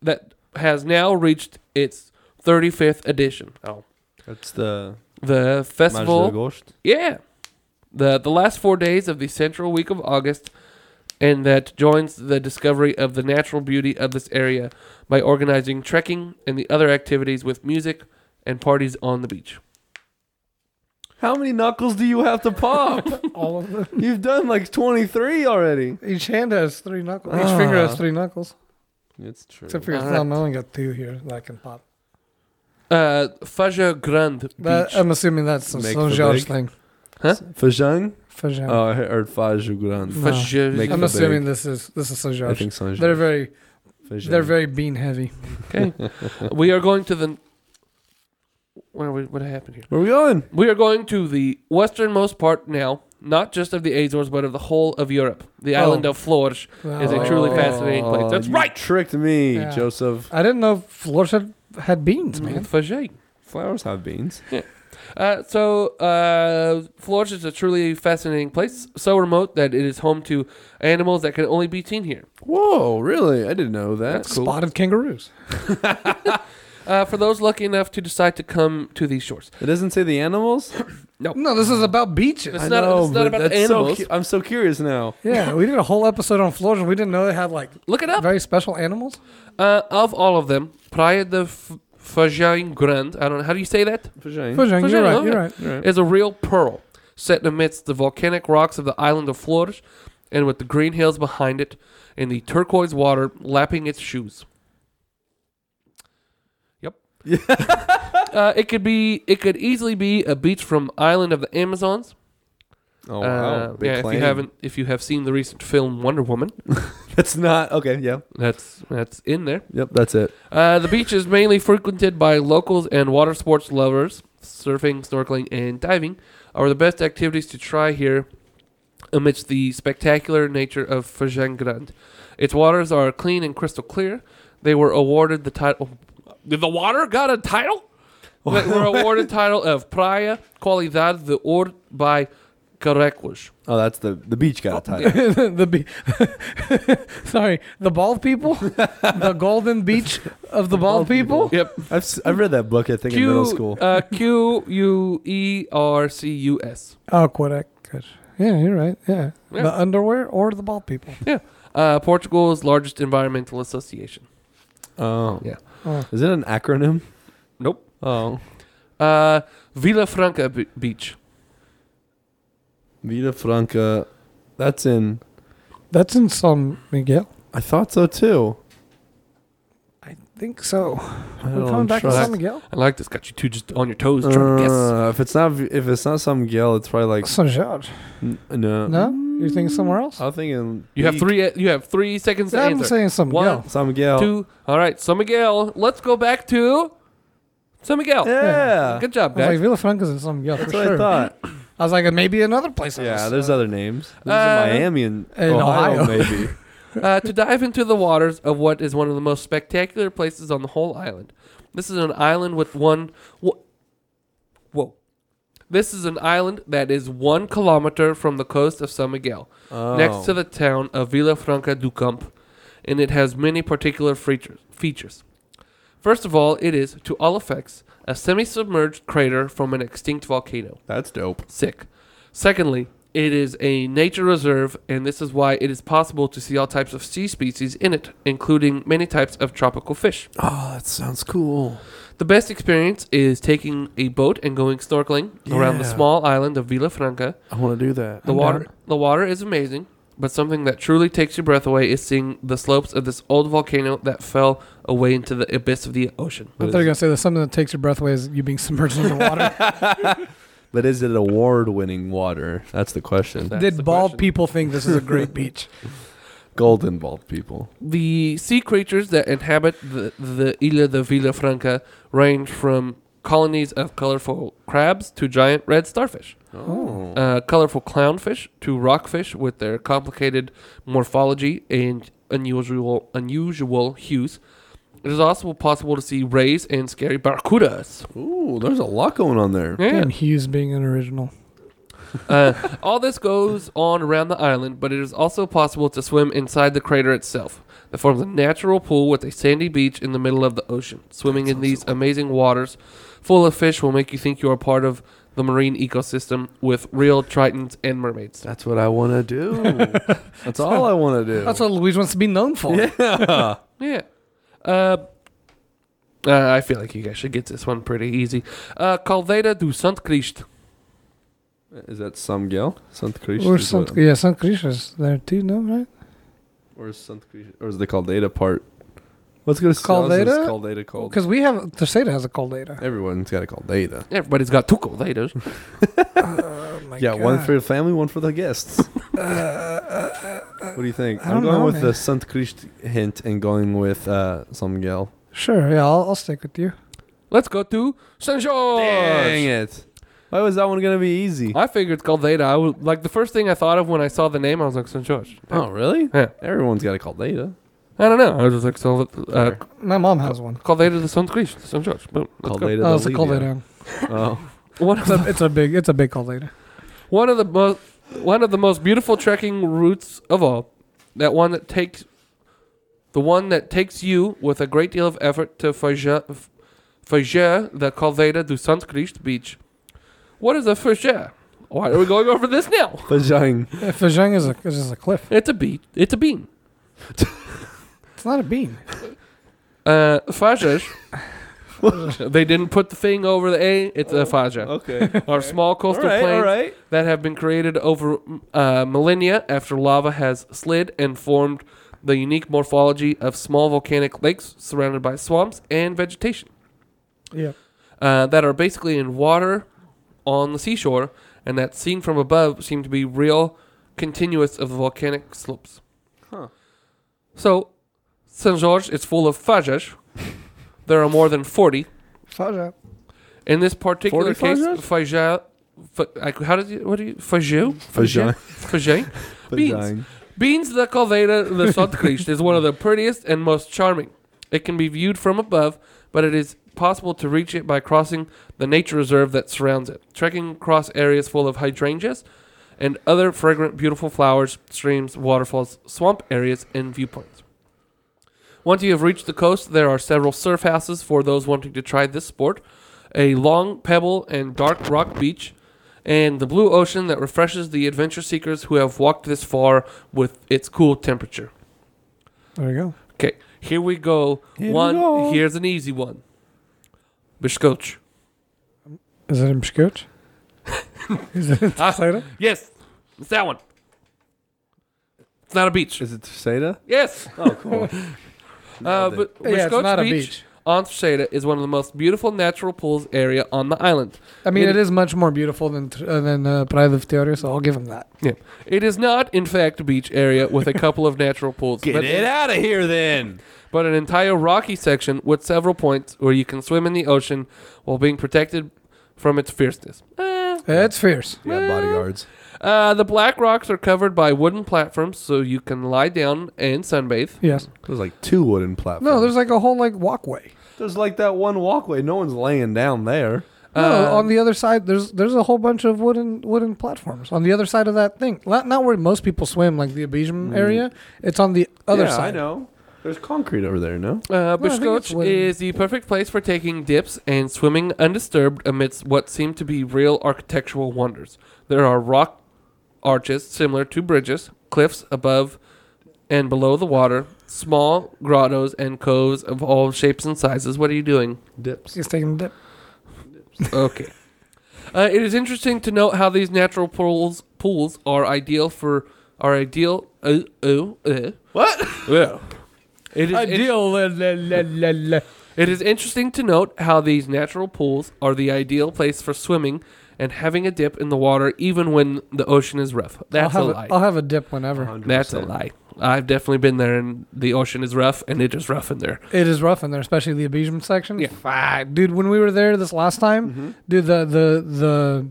Speaker 1: that has now reached its 35th edition. Oh,
Speaker 2: That's the
Speaker 1: the
Speaker 2: Festival.
Speaker 1: festival. Yeah. The the last four days of the central week of August and that joins the discovery of the natural beauty of this area by organizing trekking and the other activities with music and parties on the beach.
Speaker 2: How many knuckles do you have to
Speaker 3: <laughs>
Speaker 2: pop?
Speaker 3: All of them.
Speaker 2: You've done like 23 already.
Speaker 3: Each hand has three knuckles. Each finger
Speaker 2: Ah.
Speaker 3: has three knuckles.
Speaker 2: It's true.
Speaker 3: Except for your
Speaker 1: Alright.
Speaker 3: thumb, I only got two here that I can pop.
Speaker 1: Uh Faja Grande Beach.
Speaker 3: That, I'm assuming that's a
Speaker 2: Make
Speaker 3: Saint
Speaker 2: the
Speaker 3: George
Speaker 2: big.
Speaker 3: thing.
Speaker 2: Fajang?
Speaker 3: For sure.
Speaker 2: Oh, I heard Faju Grand.
Speaker 3: no.
Speaker 1: Faja-
Speaker 2: Make
Speaker 3: I'm
Speaker 2: the
Speaker 3: assuming
Speaker 2: big.
Speaker 3: this is this is Saint
Speaker 2: I
Speaker 3: George.
Speaker 2: think so.
Speaker 3: They're very they're very bean heavy.
Speaker 1: Okay. we are going to the where we, what happened here?
Speaker 2: <laughs> Where are we going?
Speaker 1: We are going to the westernmost part now, not just of the Azores but of the whole of Europe. The
Speaker 3: Oh.
Speaker 1: island of Flores Is it truly
Speaker 3: okay.
Speaker 1: fascinating place? That's
Speaker 2: you
Speaker 1: right.
Speaker 2: Tricked me,
Speaker 3: Yeah.
Speaker 2: Joseph.
Speaker 3: I didn't know Flores had, had beans,
Speaker 1: Mm-hmm.
Speaker 3: man.
Speaker 1: Faja.
Speaker 2: Flowers have beans.
Speaker 1: Uh, so, uh, Flores is a truly fascinating place, so remote that it is home to animals that can only be seen here.
Speaker 2: Whoa, really? I didn't know that.
Speaker 3: That's Spotted kangaroos.
Speaker 1: Uh, for those lucky enough to decide to come to these shores,
Speaker 2: It doesn't say the animals.
Speaker 3: No, this is about beaches.
Speaker 1: It's not- it's not
Speaker 2: but
Speaker 1: about the
Speaker 2: that's so
Speaker 1: animals.
Speaker 2: cu- I'm so curious now.
Speaker 3: <laughs> Yeah, we did a whole episode on Florida. We didn't know they had like
Speaker 1: look it up.
Speaker 3: very special animals.
Speaker 1: Uh, of all of them, Praia de F- Fajain Grande, I don't know, how do you say that?
Speaker 2: Fajang.
Speaker 3: Fujang,
Speaker 1: Fujang,
Speaker 3: you're right.
Speaker 1: okay.
Speaker 3: You're right. <laughs>
Speaker 2: All right.
Speaker 1: Is a real pearl set amidst the volcanic rocks of the island of Flores and with the green hills behind it and the turquoise water lapping its shoes. Yep. uh, it could be. It could easily be a beach from island of the Amazons.
Speaker 2: Oh
Speaker 1: Uh, yeah, if you haven't, if you have seen the recent film Wonder Woman,
Speaker 2: <laughs> That's not okay. Yeah.
Speaker 1: that's that's in there.
Speaker 2: Yep. That's it.
Speaker 1: Uh, the beach is mainly frequented by locals and water sports lovers. Surfing, snorkeling, and diving are the best activities to try here amidst the spectacular nature of Fajang Grand. Its waters are clean and crystal clear. They were awarded the title. Did the water got a title?
Speaker 2: Oh.
Speaker 1: they were
Speaker 2: <laughs>
Speaker 1: awarded title of Praia Qualidade de Ouro by Caracas.
Speaker 2: Oh, that's the the beach got a
Speaker 1: Oh,
Speaker 2: title.
Speaker 3: the be- <laughs> sorry, the bald people, the golden beach of the bald, people.
Speaker 1: Yep.
Speaker 2: I've s- I've read that book. I think in middle
Speaker 1: Q
Speaker 2: school.
Speaker 1: uh, Q U E R C U S.
Speaker 3: Oh, correct. Good. Yeah, you're right. Yeah.
Speaker 1: Yeah.
Speaker 3: the underwear or the bald people.
Speaker 1: Uh, Portugal's largest environmental association.
Speaker 2: Oh.
Speaker 1: yeah.
Speaker 3: Oh.
Speaker 2: Is it an acronym?
Speaker 1: Nope.
Speaker 2: Oh.
Speaker 1: Uh, Villa Franca Be- Beach.
Speaker 2: Vita Franca. That's in.
Speaker 3: That's in San Miguel.
Speaker 2: I thought so too.
Speaker 3: I think so.
Speaker 2: I
Speaker 3: We're coming back to
Speaker 1: sure.
Speaker 3: San Miguel.
Speaker 1: I like this. Got you two just on your toes trying to
Speaker 3: Uh,
Speaker 1: guess.
Speaker 2: Uh, if it's not if it's not some Gale, it's probably like
Speaker 3: San George.
Speaker 2: n- no.
Speaker 3: No, you're thinking somewhere else.
Speaker 2: I'm thinking
Speaker 1: You have three. uh, You have three seconds to
Speaker 3: I'm
Speaker 1: answer.
Speaker 3: saying San
Speaker 1: One,
Speaker 3: Miguel.
Speaker 2: San Miguel.
Speaker 1: Two. All right. So Miguel, let's go back to So Miguel.
Speaker 2: Yeah.
Speaker 1: Good job,
Speaker 3: I was like
Speaker 1: guys.
Speaker 3: <laughs> Villafranca's in San Miguel
Speaker 2: That's
Speaker 3: for
Speaker 2: what
Speaker 3: sure.
Speaker 2: I thought.
Speaker 3: I was like, maybe another place. I
Speaker 2: Yeah,
Speaker 3: was,
Speaker 2: there's
Speaker 3: uh,
Speaker 2: other names. There's
Speaker 1: Uh,
Speaker 2: in Miami and
Speaker 3: in
Speaker 2: Ohio,
Speaker 3: Ohio. <laughs>
Speaker 2: maybe.
Speaker 1: Uh, to dive into the waters of what is one of the most spectacular places on the whole island. This is an island with one. Wh- Whoa. This is an island that is one kilometer from the coast of San Miguel.
Speaker 2: Oh,
Speaker 1: next to the town of Villa Franca do Campo, and it has many particular features. features. First of all, it is, to all effects, a semi submerged crater from an extinct volcano.
Speaker 2: That's dope.
Speaker 1: Sick. Secondly, It is a nature reserve, and this is why it is possible to see all types of sea species in it, including many types of tropical fish.
Speaker 2: Oh, that sounds cool.
Speaker 1: The best experience is taking a boat and going snorkeling around the
Speaker 2: Yeah.
Speaker 1: small island of Villa Franca.
Speaker 2: I want to do that.
Speaker 1: The
Speaker 3: I'm
Speaker 1: water,
Speaker 3: down.
Speaker 1: the water is amazing, but something that truly takes your breath away is seeing the slopes of this old volcano that fell away into the abyss of the ocean.
Speaker 3: I thought you were gonna say that something that takes your breath away is you being submerged in the
Speaker 2: <laughs>
Speaker 3: water.
Speaker 2: But is it award-winning water? That's the question.
Speaker 1: That's the
Speaker 3: Did bald
Speaker 1: question.
Speaker 3: people think this is a
Speaker 2: <laughs>
Speaker 3: great beach?
Speaker 2: Golden bald people.
Speaker 1: The sea creatures that inhabit the, the Isla de Villa Franca range from colonies of colorful crabs to giant red starfish,
Speaker 2: Oh.
Speaker 1: uh, colorful clownfish to rockfish with their complicated morphology and unusual unusual hues. It is also possible to see rays and scary barracudas.
Speaker 2: Oh. Ooh, there's a lot going on there.
Speaker 1: Yeah.
Speaker 3: And Hughes being an original.
Speaker 1: Uh, all this goes on around the island, but it is also possible to swim inside the crater itself. That forms a natural pool with a sandy beach in the middle of the ocean. Swimming in these amazing waters full of fish will make you think you are part of the marine ecosystem with real tritons and mermaids.
Speaker 2: That's what I want to
Speaker 3: <laughs>
Speaker 2: do. That's all I want to do.
Speaker 3: That's what Luigi wants to be known for.
Speaker 2: Yeah.
Speaker 1: Yeah. Uh, uh, I feel like you guys should get this one pretty easy. Uh, Caldeira do Sant Crist.
Speaker 2: Is that some Gale? Sant Creech?
Speaker 3: Or
Speaker 2: is what-
Speaker 3: Saint, yeah, Saint Christian's there too, no, right?
Speaker 2: Or is Sant Creech? Or is the Caldeta part? What's going to
Speaker 3: Caldera?
Speaker 2: Caldeta called?
Speaker 3: Because we have Terceda has a
Speaker 2: <laughs>
Speaker 3: cold data.
Speaker 2: Everyone's got a Caldeta.
Speaker 1: Everybody's got two Caldeiras.
Speaker 3: oh my
Speaker 2: Yeah, one for the family, one for the guests.
Speaker 3: Uh, uh, uh, uh,
Speaker 2: What do you think?
Speaker 3: I
Speaker 2: I'm
Speaker 3: don't
Speaker 2: going
Speaker 3: know,
Speaker 2: with the
Speaker 3: man.
Speaker 2: Sant Christ hint and going with uh, some gal.
Speaker 3: sure, yeah, I'll, I'll stick with you.
Speaker 1: Let's go to San Jorge.
Speaker 2: it! Why was that one gonna be easy?
Speaker 1: I figured Caldera. I was like the first thing I thought of when I saw the name. I was like St. George.
Speaker 2: Oh, really?
Speaker 1: Yeah.
Speaker 2: Everyone's got a Caldeta.
Speaker 1: I don't know. I was just like so. Uh,
Speaker 2: Sure.
Speaker 3: My mom has one.
Speaker 1: Caldera the St. Christ, St. George. Boom. Let's go.
Speaker 2: Caldeta.
Speaker 3: Oh, it's a
Speaker 2: Delidia.
Speaker 3: cold data.
Speaker 2: Oh,
Speaker 1: One of
Speaker 3: It's a,
Speaker 1: the
Speaker 3: it's a big, it's a big
Speaker 2: <laughs>
Speaker 3: cold data.
Speaker 1: one of the most one of the most beautiful trekking routes of all. That one that takes the one that takes you with a great deal of effort to Fajer, Fajer the Caldera du St. Christ beach. What is a Fajer? Why are we going over this
Speaker 2: <laughs>
Speaker 1: now?
Speaker 2: Bajang.
Speaker 3: Yeah, Fajang is a is just a cliff.
Speaker 1: It's a beach. It's a bean.
Speaker 3: It's not a bean.
Speaker 1: Uh, fajas. <laughs> they didn't put the thing over the A. It's a faja.
Speaker 2: Okay.
Speaker 1: Are small <laughs> coastal plains
Speaker 2: right.
Speaker 1: that have been created over uh, millennia after lava has slid and formed the unique morphology of small volcanic lakes surrounded by swamps and vegetation
Speaker 3: Yeah.
Speaker 1: uh, that are basically in water on the seashore and that seen from above seem to be real continuous of the volcanic slopes.
Speaker 2: Huh.
Speaker 1: So, Saint George is full of
Speaker 2: <laughs>
Speaker 1: fajas. there are more than 40.
Speaker 3: Fajang.
Speaker 1: In this particular
Speaker 2: 40
Speaker 1: case,
Speaker 2: fajas?
Speaker 1: faja, fa- I- how does you, what do you, fajou?
Speaker 2: Bajang.
Speaker 1: Fajay? Beans.
Speaker 2: Bajang.
Speaker 1: Beans the Caldeira the Sant Crist is one of the prettiest and most charming. It can be viewed from above, but it is possible to reach it by crossing the nature reserve that surrounds it. Trekking across areas full of hydrangeas and other fragrant, beautiful flowers, streams, waterfalls, swamp areas, and viewpoints. Once you have reached the coast, there are several surf houses for those wanting to try this sport, a long pebble and dark rock beach, and the blue ocean that refreshes the adventure seekers who have walked this far with its cool temperature.
Speaker 3: There you go.
Speaker 1: Okay, here we go.
Speaker 2: Here we
Speaker 1: one,
Speaker 2: go.
Speaker 1: here's an easy one. Biscoch.
Speaker 3: Is it
Speaker 2: <laughs>
Speaker 3: in Pshkoch? is it in
Speaker 2: Ah,
Speaker 3: Terceda?
Speaker 1: Yes, it's that one. It's not a beach.
Speaker 2: Is it Terceda?
Speaker 1: Yes.
Speaker 2: Oh, cool.
Speaker 1: Uh,
Speaker 2: Nailed it.
Speaker 1: but
Speaker 3: Yeah, it's
Speaker 1: Biscoch
Speaker 3: not a
Speaker 1: beach,
Speaker 3: beach.
Speaker 1: on Shada is one of the most beautiful natural pools area on the island.
Speaker 3: I mean,
Speaker 1: It-
Speaker 3: it is much more beautiful than Tr- uh, than uh, Praia do Teoria, so I'll give him that.
Speaker 1: It is not, in fact, a beach area with a couple of natural pools, but,
Speaker 2: out of here then.
Speaker 1: but an entire rocky section with several points where you can swim in the ocean while being protected from its fierceness. Eh.
Speaker 3: It's fierce.
Speaker 2: Yeah, bodyguards.
Speaker 1: Uh, the black rocks are covered by wooden platforms, so you can lie down and sunbathe.
Speaker 3: Yes.
Speaker 2: There's like two wooden platforms.
Speaker 3: No, there's like a whole like walkway.
Speaker 2: there's like that one walkway. No one's laying down there.
Speaker 1: Uh,
Speaker 3: No, on the other side, there's there's a whole bunch of wooden wooden platforms on the other side of that thing. Not not where most people swim, like the Abijam area. It's on the other
Speaker 2: yeah,
Speaker 3: side.
Speaker 2: I know. There's concrete over there. No.
Speaker 1: Uh,
Speaker 3: No, I think
Speaker 1: Bishkoch
Speaker 3: it's wooden.
Speaker 1: is the perfect place for taking dips and swimming undisturbed amidst what seem to be real architectural wonders. There are rock arches similar to bridges, cliffs above and below the water, small grottos and coves of all shapes and sizes. What are you doing?
Speaker 2: Dips.
Speaker 3: He's taking a dip.
Speaker 1: Okay. Uh, it is interesting to note how these natural pools pools are ideal for are ideal. Uh, uh, uh.
Speaker 2: What?
Speaker 1: Well, it is in- It is interesting to note how these natural pools are the ideal place for swimming and having a dip in the water even when the ocean is rough. That's a Uh-huh.
Speaker 3: I'll have
Speaker 1: lie.
Speaker 3: I'll have a dip whenever.
Speaker 2: 100%.
Speaker 1: That's a lie. I've definitely been there and the ocean is rough and it is rough in there.
Speaker 3: It is rough in there, especially the Abijam section.
Speaker 1: Yeah.
Speaker 3: Fuck, dude. When we were there this last time,
Speaker 2: Mhm.
Speaker 3: dude, the the the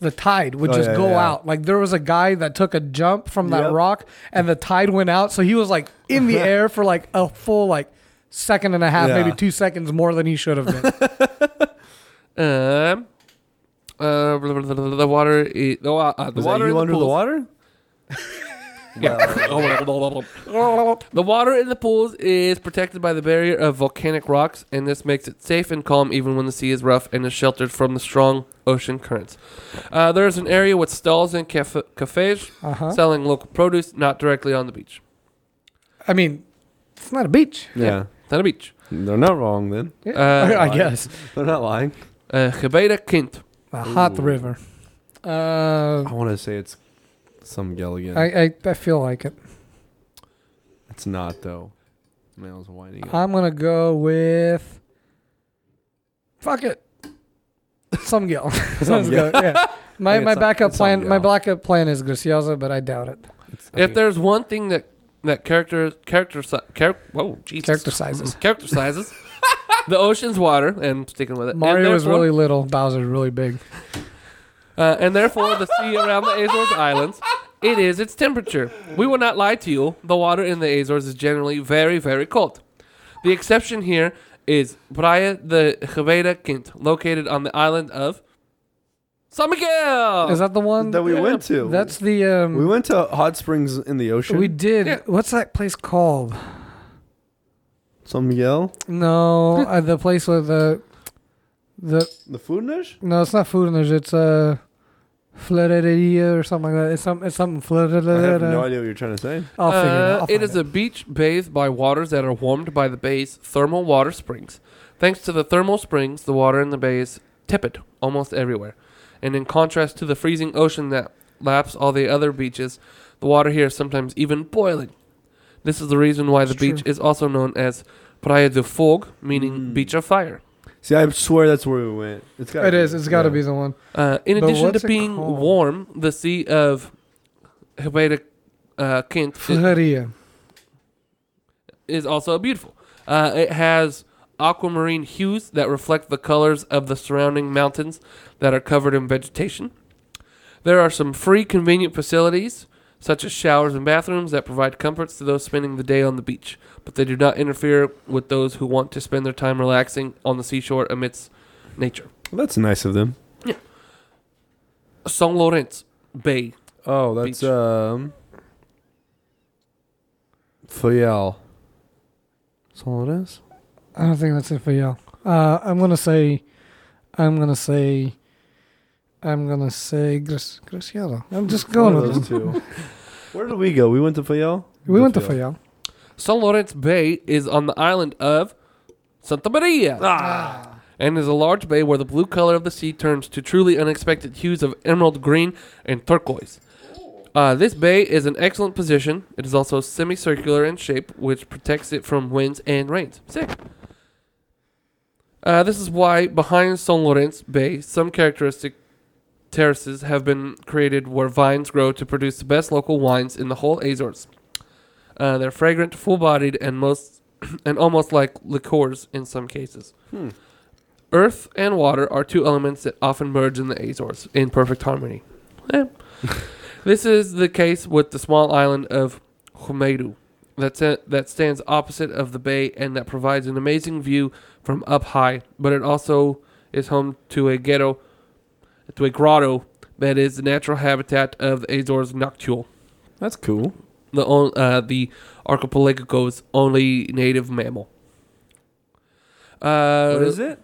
Speaker 3: the tide would
Speaker 2: Oh,
Speaker 3: just
Speaker 2: yeah,
Speaker 3: go
Speaker 2: yeah.
Speaker 3: out. Like there was a guy that took a jump from that
Speaker 2: Yep.
Speaker 3: rock, and the tide went out, so he was like in
Speaker 2: <laughs>
Speaker 3: the air for like a full like second and a half,
Speaker 2: Yeah.
Speaker 3: maybe two seconds more than he should have
Speaker 2: <laughs>
Speaker 3: been.
Speaker 1: Um, uh, blah, blah, blah, blah, the water. i- the wa- uh, the
Speaker 2: Was that
Speaker 1: water
Speaker 2: you
Speaker 1: in
Speaker 2: under
Speaker 1: the,
Speaker 2: the
Speaker 1: pools-
Speaker 3: <laughs>
Speaker 2: water?
Speaker 1: Yeah. Oh, blah, blah, blah, blah. the water in the pools is protected by the barrier of volcanic rocks, and this makes it safe and calm even when the sea is rough and is sheltered from the strong ocean currents. Uh, there is an area with stalls and caf- cafes
Speaker 3: Uh huh.
Speaker 1: selling local produce, not directly on the beach.
Speaker 3: I mean, it's not a beach.
Speaker 1: Yeah. Not a beach.
Speaker 2: They're not wrong then.
Speaker 3: Yeah,
Speaker 1: Uh,
Speaker 3: <laughs> I guess
Speaker 2: They're not lying.
Speaker 1: Uh, Gebeira Kind.
Speaker 3: a hot
Speaker 2: Ooh.
Speaker 3: river. Uh,
Speaker 2: I want to say it's some Gilligan.
Speaker 3: I, I I feel like it.
Speaker 2: it's not though. Man, I was whining.
Speaker 3: I'm gonna go with. Fuck it. <laughs> Some Gill. Let's go.
Speaker 1: <laughs>
Speaker 3: Yeah. My,
Speaker 2: Yeah,
Speaker 3: my
Speaker 2: it's a-
Speaker 3: backup
Speaker 2: it's
Speaker 3: plan my
Speaker 2: Samgyeo.
Speaker 3: backup plan is Graciosa, but I doubt it.
Speaker 1: If there's one thing that that character character char- whoa Jesus
Speaker 3: Character sizes.
Speaker 1: character sizes
Speaker 3: <laughs>
Speaker 1: the ocean's water and sticking with it
Speaker 3: Mario
Speaker 1: and
Speaker 3: was
Speaker 1: therefore-
Speaker 3: really little. Bowser's really big.
Speaker 1: uh, and therefore the sea around the Azores Islands it is its temperature we will not lie to you the water in the Azores is generally very very cold the exception here is Praia de Gebeira Quinte located on the island of San Miguel
Speaker 3: Is that the one?
Speaker 2: that we
Speaker 1: Yeah.
Speaker 2: went to.
Speaker 3: Um, That's the um.
Speaker 2: we
Speaker 3: We,
Speaker 2: went to hot springs in the ocean.
Speaker 3: did.
Speaker 1: Yeah.
Speaker 3: What's that place called?
Speaker 2: some Miguel.
Speaker 3: No,
Speaker 1: <laughs>
Speaker 3: uh, the place with the the
Speaker 2: The food dish.
Speaker 3: no, it's not food and it's uh, Floreria or something like that. It's some it's something
Speaker 2: I have no
Speaker 3: Floreria.
Speaker 2: idea what you're trying to say.
Speaker 3: I'll figure it out.
Speaker 1: Uh,
Speaker 3: I'll
Speaker 1: it
Speaker 3: find
Speaker 1: is a beach bathed by waters that are warmed by the bay's thermal water springs. Thanks to the thermal springs, the water in the bay is tepid almost everywhere. And in contrast to the freezing ocean that laps all the other beaches, the water here is sometimes even boiling. This is the reason why the
Speaker 3: It's true.
Speaker 1: beach is also known as Praia do Fogo, meaning
Speaker 2: Mm.
Speaker 1: beach of fire.
Speaker 2: See, I swear that's where we went. It's got.
Speaker 3: it is. It's got to be the one.
Speaker 1: Uh, in
Speaker 3: But
Speaker 1: addition
Speaker 3: what's
Speaker 1: to
Speaker 3: it
Speaker 1: being
Speaker 3: called?
Speaker 1: warm, the sea of Hebeira uh, Kent is-
Speaker 3: Floreria.
Speaker 1: is also beautiful. Uh, it has aquamarine hues that reflect the colors of the surrounding mountains that are covered in vegetation. There are some free, convenient facilities, such as showers and bathrooms, that provide comforts to those spending the day on the beach, but they do not interfere with those who want to spend their time relaxing on the seashore amidst nature.
Speaker 2: That's nice of them.
Speaker 1: San Lawrence Bay.
Speaker 2: Oh, that's
Speaker 1: Beach.
Speaker 2: um. Fayal. That's all it is.
Speaker 3: I don't think that's it for y'all. Uh, I'm gonna say, I'm gonna say, I'm gonna say Gris- Graciela. I'm just going
Speaker 2: One of
Speaker 3: with
Speaker 2: those
Speaker 3: it.
Speaker 2: two. <laughs> Where did we go? We went to Fayal.
Speaker 3: We went to Fayal.
Speaker 1: San Lawrence Bay is on the island of Santa Maria.
Speaker 3: Ah.
Speaker 1: And is a large bay where the blue color of the sea turns to truly unexpected hues of emerald green and turquoise. Uh, this bay is an excellent position. It is also semicircular in shape, which protects it from winds and rains. Sick. Uh, this is why behind San Lawrence Bay, some characteristic terraces have been created where vines grow to produce the best local wines in the whole Azores. Uh, they're fragrant, full-bodied, and most <clears throat> and almost like liqueurs in some cases.
Speaker 2: Hmm.
Speaker 1: Earth and water are two elements that often merge in the Azores in perfect harmony. Eh. this is the case with the small island of Humedu that's a, that stands opposite of the bay and that provides an amazing view from up high, but it also is home to a ghetto to a grotto that is the natural habitat of the Azores noctule
Speaker 2: That's cool.
Speaker 1: the on, uh, the archipelago's only native mammal. Uh,
Speaker 2: what is it?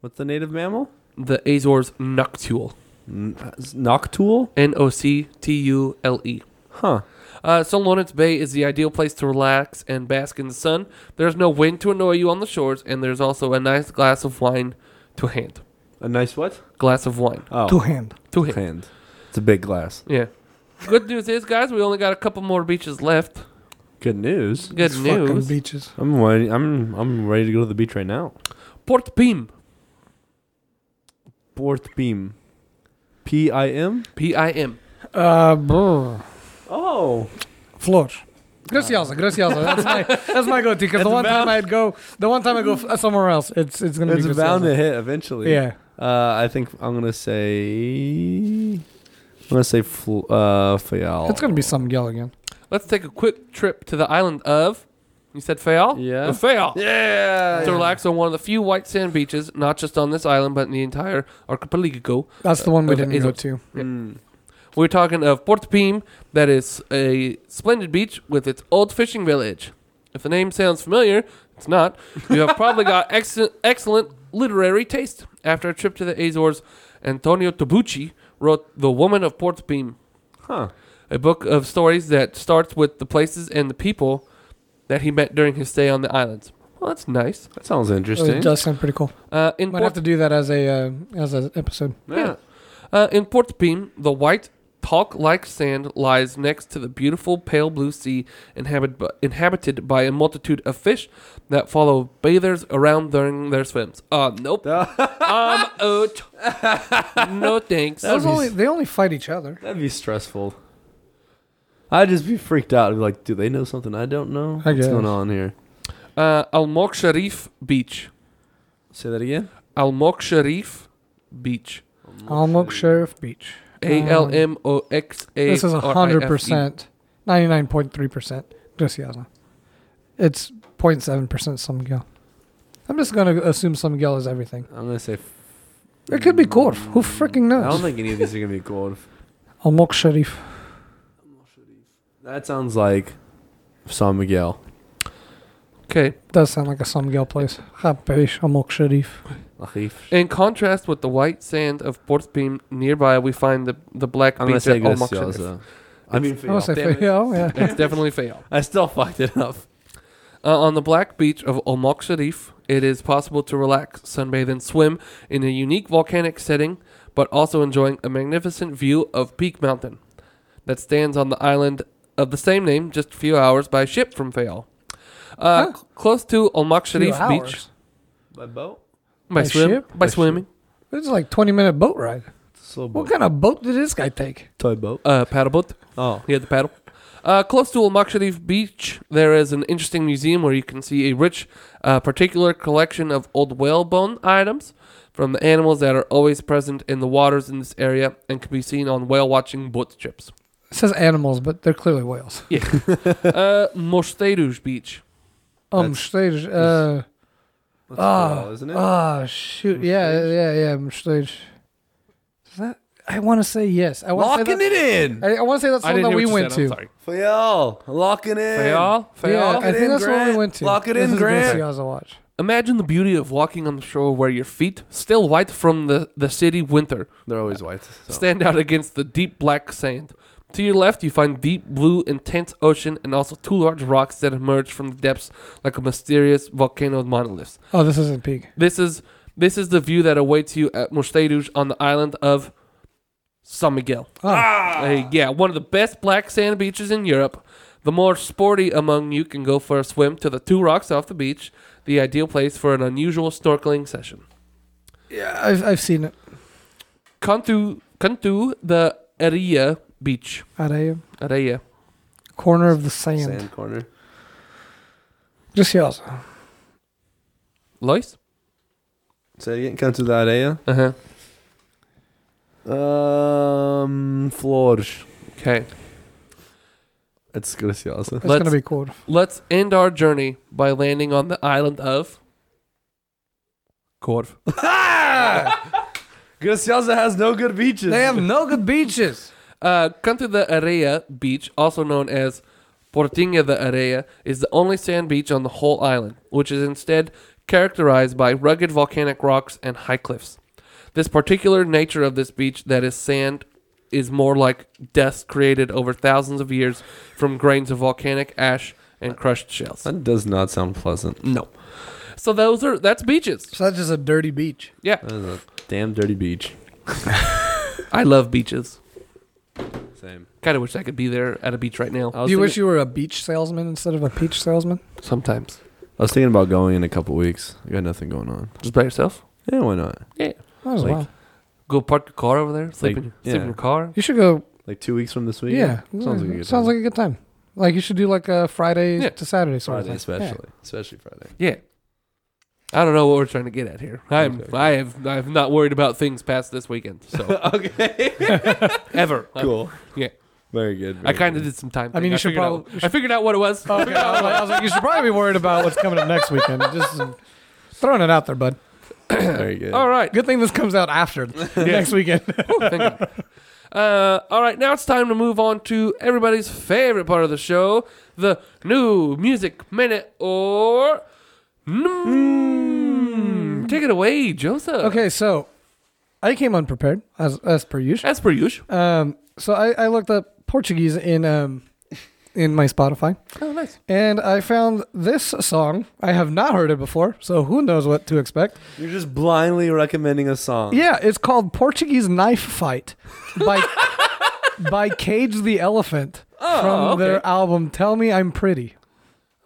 Speaker 2: What's the native mammal?
Speaker 1: The Azores noctule.
Speaker 2: N- Noctool?
Speaker 1: N O C T U L E.
Speaker 2: Huh.
Speaker 1: Uh, St. Lawrence Bay is the ideal place to relax and bask in the sun. There's no wind to annoy you on the shores, and there's also a nice glass of wine to hand.
Speaker 2: A nice what?
Speaker 1: Glass of wine
Speaker 2: Oh,
Speaker 3: to hand.
Speaker 1: to hand.
Speaker 2: hand. It's a big glass.
Speaker 1: Yeah. Good news is, guys, we only got a couple more beaches left.
Speaker 2: Good news.
Speaker 1: Good
Speaker 3: These fucking
Speaker 1: news.
Speaker 3: beaches.
Speaker 2: I'm ready, I'm I'm ready to go to the beach right now.
Speaker 1: Port Pim.
Speaker 2: Port Beam. P I M.
Speaker 1: P I M.
Speaker 3: Uh, brr.
Speaker 2: Oh.
Speaker 3: Flor. Graciosa, Graciosa. That's my that's my go-to. Because the
Speaker 2: It's
Speaker 3: one time
Speaker 2: bound-
Speaker 3: I'd go, the one time I go f- uh, somewhere else, it's it's gonna
Speaker 2: It's
Speaker 3: be
Speaker 2: bound
Speaker 3: Graciosa.
Speaker 2: to hit eventually.
Speaker 3: Yeah,
Speaker 2: Uh, I think I'm gonna say. I'm gonna say fl- uh, Fayal.
Speaker 3: it's gonna be some yell again.
Speaker 1: Let's take a quick trip to the island of. You said Fayal?
Speaker 2: Yeah.
Speaker 1: Of Fayal.
Speaker 2: Yeah.
Speaker 1: To relax on one of the few white sand beaches, not just on this island, but in the entire archipelago.
Speaker 3: That's the one we
Speaker 1: okay,
Speaker 3: didn't
Speaker 1: is
Speaker 3: go
Speaker 1: it-
Speaker 3: to.
Speaker 2: Mm.
Speaker 1: We're talking of Port Pim, that is a splendid beach with its old fishing village. If the name sounds familiar, it's not. You have probably got <laughs> excellent, excellent literary taste. After a trip to the Azores, Antonio Tabucci wrote The Woman of Port Pim,
Speaker 2: Huh.
Speaker 1: a book of stories that starts with the places and the people that he met during his stay on the islands. Well, that's nice.
Speaker 2: That sounds
Speaker 3: Oh, It
Speaker 2: interesting.
Speaker 3: does sound pretty cool.
Speaker 1: Uh, in
Speaker 3: Might have
Speaker 1: Port
Speaker 3: to do that as a uh, as an episode.
Speaker 1: Yeah. Uh, in Port Beam, the white, talc like sand lies next to the beautiful pale blue sea inhabit- bu- inhabited by a multitude of fish that follow bathers around during their swims. Uh,
Speaker 2: <laughs>
Speaker 1: nope. I'm out. no thanks.
Speaker 2: That
Speaker 3: Those
Speaker 2: would be
Speaker 3: only
Speaker 2: s-
Speaker 3: they only fight each other.
Speaker 2: That'd be stressful. I'd just be freaked out. I'd be like, do they know something I don't know?
Speaker 3: I
Speaker 2: What's
Speaker 3: guess.
Speaker 2: going on here?
Speaker 1: Uh, Al Mok Sharif Beach.
Speaker 2: Say that again.
Speaker 1: Al Mok Sharif Beach.
Speaker 3: Almok Sheriff Beach. Um,
Speaker 1: A L M O X A.
Speaker 3: Uh, This is
Speaker 1: R I F E.
Speaker 3: hundred percent, ninety nine point three percent Graciosa. It's 07 percent some girl. I'm just gonna assume some girl is everything.
Speaker 2: I'm gonna say. Hmm.
Speaker 3: It could be Gorf. Who freaking
Speaker 2: I don't
Speaker 3: knows?
Speaker 2: think any of these are gonna be gold.
Speaker 3: Almok Sharif.
Speaker 2: That sounds like San Miguel.
Speaker 1: Okay.
Speaker 3: Does sound like a some girl place. Hapesh Almok Sharif.
Speaker 2: Lachif.
Speaker 1: In contrast with the white sand of Port Beam, nearby we find the, the black
Speaker 2: I'm gonna
Speaker 1: beach
Speaker 2: say
Speaker 1: at Almok Sharif.
Speaker 2: Graciosa. I mean,
Speaker 3: I was
Speaker 2: Fayal.
Speaker 3: say
Speaker 2: Damn it.
Speaker 3: yeah, yeah.
Speaker 1: It's definitely fail.
Speaker 2: I still fucked it up.
Speaker 1: Uh, on the black beach of Omak Sharif, it is possible to relax, sunbathe, and swim in a unique volcanic setting, but also enjoying a magnificent view of Peak Mountain that stands on the island of the same name just a few hours by ship from Fayal. Uh,
Speaker 3: Huh?
Speaker 1: c- Close to Omak
Speaker 3: Few
Speaker 1: Sharif Beach
Speaker 3: hours.
Speaker 2: By boat?
Speaker 1: by,
Speaker 3: By
Speaker 1: swim,
Speaker 3: ship?
Speaker 1: by,
Speaker 2: By ship.
Speaker 1: swimming,
Speaker 3: It's like twenty minute boat ride.
Speaker 2: It's a little
Speaker 3: What kind of boat did this guy take?
Speaker 2: Toy boat.
Speaker 1: uh, paddleboat.
Speaker 2: Oh.
Speaker 1: He had the paddle. Uh, close to Al Sharif Beach, there is an interesting museum where you can see a rich, uh, particular collection of old whalebone items from the animals that are always present in the waters in this area and can be seen on whale watching boat
Speaker 3: <laughs>
Speaker 1: trips.
Speaker 3: It says animals, but they're clearly whales.
Speaker 1: uh, Mosteruj Beach.
Speaker 3: Um,
Speaker 2: That's-
Speaker 3: stage. Uh,
Speaker 2: That's
Speaker 3: ah,
Speaker 2: Fayal, isn't it?
Speaker 3: ah, shoot. Yeah,
Speaker 2: Stage?
Speaker 3: yeah, yeah. um, Stage. Is that? I want to say yes. I want to
Speaker 2: locking
Speaker 3: say
Speaker 2: it in.
Speaker 3: that. Eh. I, I want to say that's the
Speaker 1: I
Speaker 3: one
Speaker 1: didn't
Speaker 3: that
Speaker 1: hear
Speaker 3: we
Speaker 1: what you
Speaker 3: went
Speaker 1: said, I'm
Speaker 3: to.
Speaker 1: sorry.
Speaker 2: Fayal. Lock it in.
Speaker 1: Fayal?
Speaker 3: Yeah,
Speaker 1: Fayal?
Speaker 3: I
Speaker 2: it
Speaker 3: think
Speaker 2: in,
Speaker 3: that's the one we
Speaker 2: Grant.
Speaker 3: went to.
Speaker 2: Lock it
Speaker 3: This
Speaker 2: in,
Speaker 3: is
Speaker 2: Grant.
Speaker 3: Graciosa watch.
Speaker 1: Imagine the beauty of walking on the shore where your feet, still white from the, the city winter,
Speaker 2: They're always white. so.
Speaker 1: stand out against the deep black sand. To your left, you find deep blue, intense ocean, and also two large rocks that emerge from the depths like a mysterious volcano monoliths.
Speaker 3: Oh, this isn't Pig.
Speaker 1: This is this is the view that awaits you at Mosteiruj on the island of San Miguel.
Speaker 3: Oh,
Speaker 2: Ah,
Speaker 1: Uh, yeah, one of the best black sand beaches in Europe. The more sporty among you can go for a swim to the two rocks off the beach, the ideal place for an unusual snorkeling session.
Speaker 3: yeah, I've, I've seen it.
Speaker 1: Kantu, Kantu, the Areia Beach.
Speaker 3: At a
Speaker 1: Areia.
Speaker 3: corner of the sand.
Speaker 2: Sand corner.
Speaker 3: Graciosa.
Speaker 1: Lois?
Speaker 2: Say it again. Come to the area.
Speaker 1: Uh huh.
Speaker 2: Um, Flores.
Speaker 1: Okay.
Speaker 2: It's <laughs> graciosa.
Speaker 3: It's
Speaker 1: Let's-
Speaker 3: gonna be cool.
Speaker 1: Let's end our journey by landing on the island of Corv.
Speaker 2: Ah! graciosa has no good beaches.
Speaker 3: They have no good beaches.
Speaker 1: Uh, Canto de Areia Beach, also known as Portinha de Areia, is the only sand beach on the whole island, which is instead characterized by rugged volcanic rocks and high cliffs. This particular nature of this beach that is sand is more like dust created over thousands of years from grains of volcanic ash and crushed shells.
Speaker 2: That does not sound pleasant.
Speaker 1: No. So those are that's beaches.
Speaker 3: So that's just a dirty beach.
Speaker 1: Yeah.
Speaker 2: That is a damn dirty beach.
Speaker 1: I love beaches.
Speaker 2: Same.
Speaker 1: Kind of wish I could be there at a beach right now.
Speaker 2: I
Speaker 3: Do
Speaker 2: was,
Speaker 3: you
Speaker 2: thinking,
Speaker 3: wish you were a beach salesman instead of a peach salesman?
Speaker 1: Sometimes.
Speaker 2: I was thinking about going in a couple weeks. I got nothing going on.
Speaker 1: Just by yourself.
Speaker 2: Yeah, why not?
Speaker 3: Oh,
Speaker 2: Like-
Speaker 3: wow.
Speaker 1: Go park your car over there. Sleep,
Speaker 2: Like,
Speaker 1: in, sleep in
Speaker 2: yeah.
Speaker 1: your car.
Speaker 3: You should go.
Speaker 2: Like two weeks from this week.
Speaker 3: yeah.
Speaker 2: Sounds like a good
Speaker 3: Sounds
Speaker 2: time.
Speaker 3: like a good time. Like you should do like a Friday
Speaker 1: Yeah.
Speaker 3: to Saturday sort
Speaker 2: Friday,
Speaker 3: of thing.
Speaker 2: especially, especially Friday.
Speaker 1: Yeah. I don't know what we're trying to get at here. I'm
Speaker 2: Okay.
Speaker 1: I have I'm not worried about things past this weekend. So
Speaker 2: okay.
Speaker 1: ever.
Speaker 3: Uh,
Speaker 2: cool.
Speaker 1: yeah.
Speaker 2: Very good.
Speaker 1: I
Speaker 2: very
Speaker 1: kind of
Speaker 2: good.
Speaker 1: did some time.
Speaker 3: I mean,
Speaker 1: thing.
Speaker 3: you should
Speaker 1: figured
Speaker 3: probably-
Speaker 1: out-
Speaker 3: you
Speaker 1: I
Speaker 3: should-
Speaker 1: figured out what it was.
Speaker 3: Yeah. Oh, Okay, I, was like, I was like, you should probably be worried about what's coming up next weekend. Just throwing it out there, bud.
Speaker 2: very good.
Speaker 1: All right.
Speaker 3: Good thing this comes
Speaker 2: <laughs>
Speaker 3: out after <laughs> next weekend.
Speaker 1: Thank God. Uh, all right, now it's time to move on to everybody's favorite part of the show, the new music minute or Mm. Take it away, Joseph.
Speaker 3: okay, so I came unprepared as as per usual.
Speaker 1: As per usual.
Speaker 3: Um, so I, I looked up Portuguese in um in my Spotify,
Speaker 1: Oh, nice.
Speaker 3: and I found this song. I have not heard it before, so who knows what to expect.
Speaker 2: You're just blindly recommending a song.
Speaker 3: Yeah, it's called Portuguese Knife Fight by <laughs> by Cage the Elephant from
Speaker 1: Oh, okay.
Speaker 3: their album Tell Me I'm Pretty.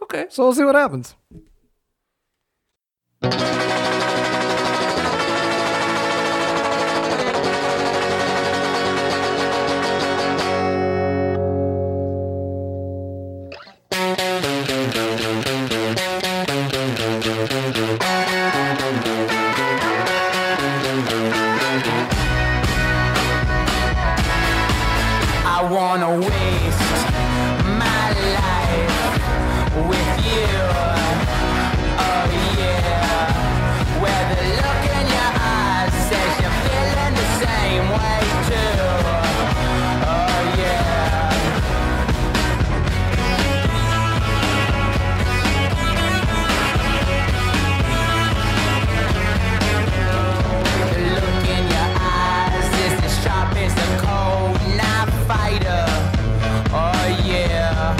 Speaker 1: Okay.
Speaker 3: So we'll see what happens.
Speaker 4: I wanna waste my life with you. Oh yeah. Where the look in your eyes says you're feeling the same way too. Oh yeah. The look in your eyes is the sharp as a cold knife fighter. Oh yeah.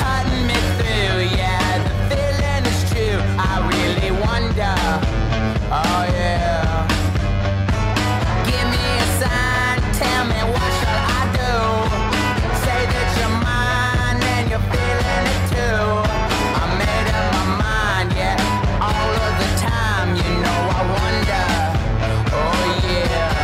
Speaker 4: Cutting me through, yeah. The feeling is true. I really wonder. Oh yeah. Give me a sign, tell me what shall I do? Say that you're mine and you're feeling it too. I made up my mind, yeah. All of the time, you know I wonder. Oh yeah.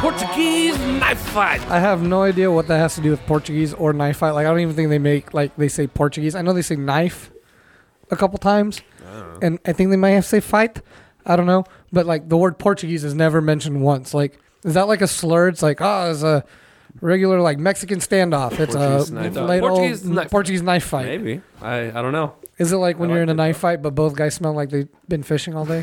Speaker 1: Portuguese knife fight.
Speaker 3: I have no idea what that has to do with Portuguese or knife fight. Like I don't even think they make like they say Portuguese. I know they say knife a couple times,
Speaker 1: Oh.
Speaker 3: and I think they might have to say fight. I don't know, but like the word Portuguese is never mentioned once. Like is that like a slur? It's like oh, it's a regular like Mexican standoff. It's
Speaker 2: Portuguese
Speaker 3: a
Speaker 2: knife
Speaker 1: fight.
Speaker 3: late
Speaker 1: Portuguese
Speaker 3: old
Speaker 1: knife-
Speaker 3: Portuguese knife fight.
Speaker 2: Maybe. I, I don't know.
Speaker 3: Is it like when
Speaker 2: I
Speaker 3: you're
Speaker 2: like
Speaker 3: in a
Speaker 2: it,
Speaker 3: knife fight, but both guys smell like they've been fishing
Speaker 2: <laughs>
Speaker 3: all day?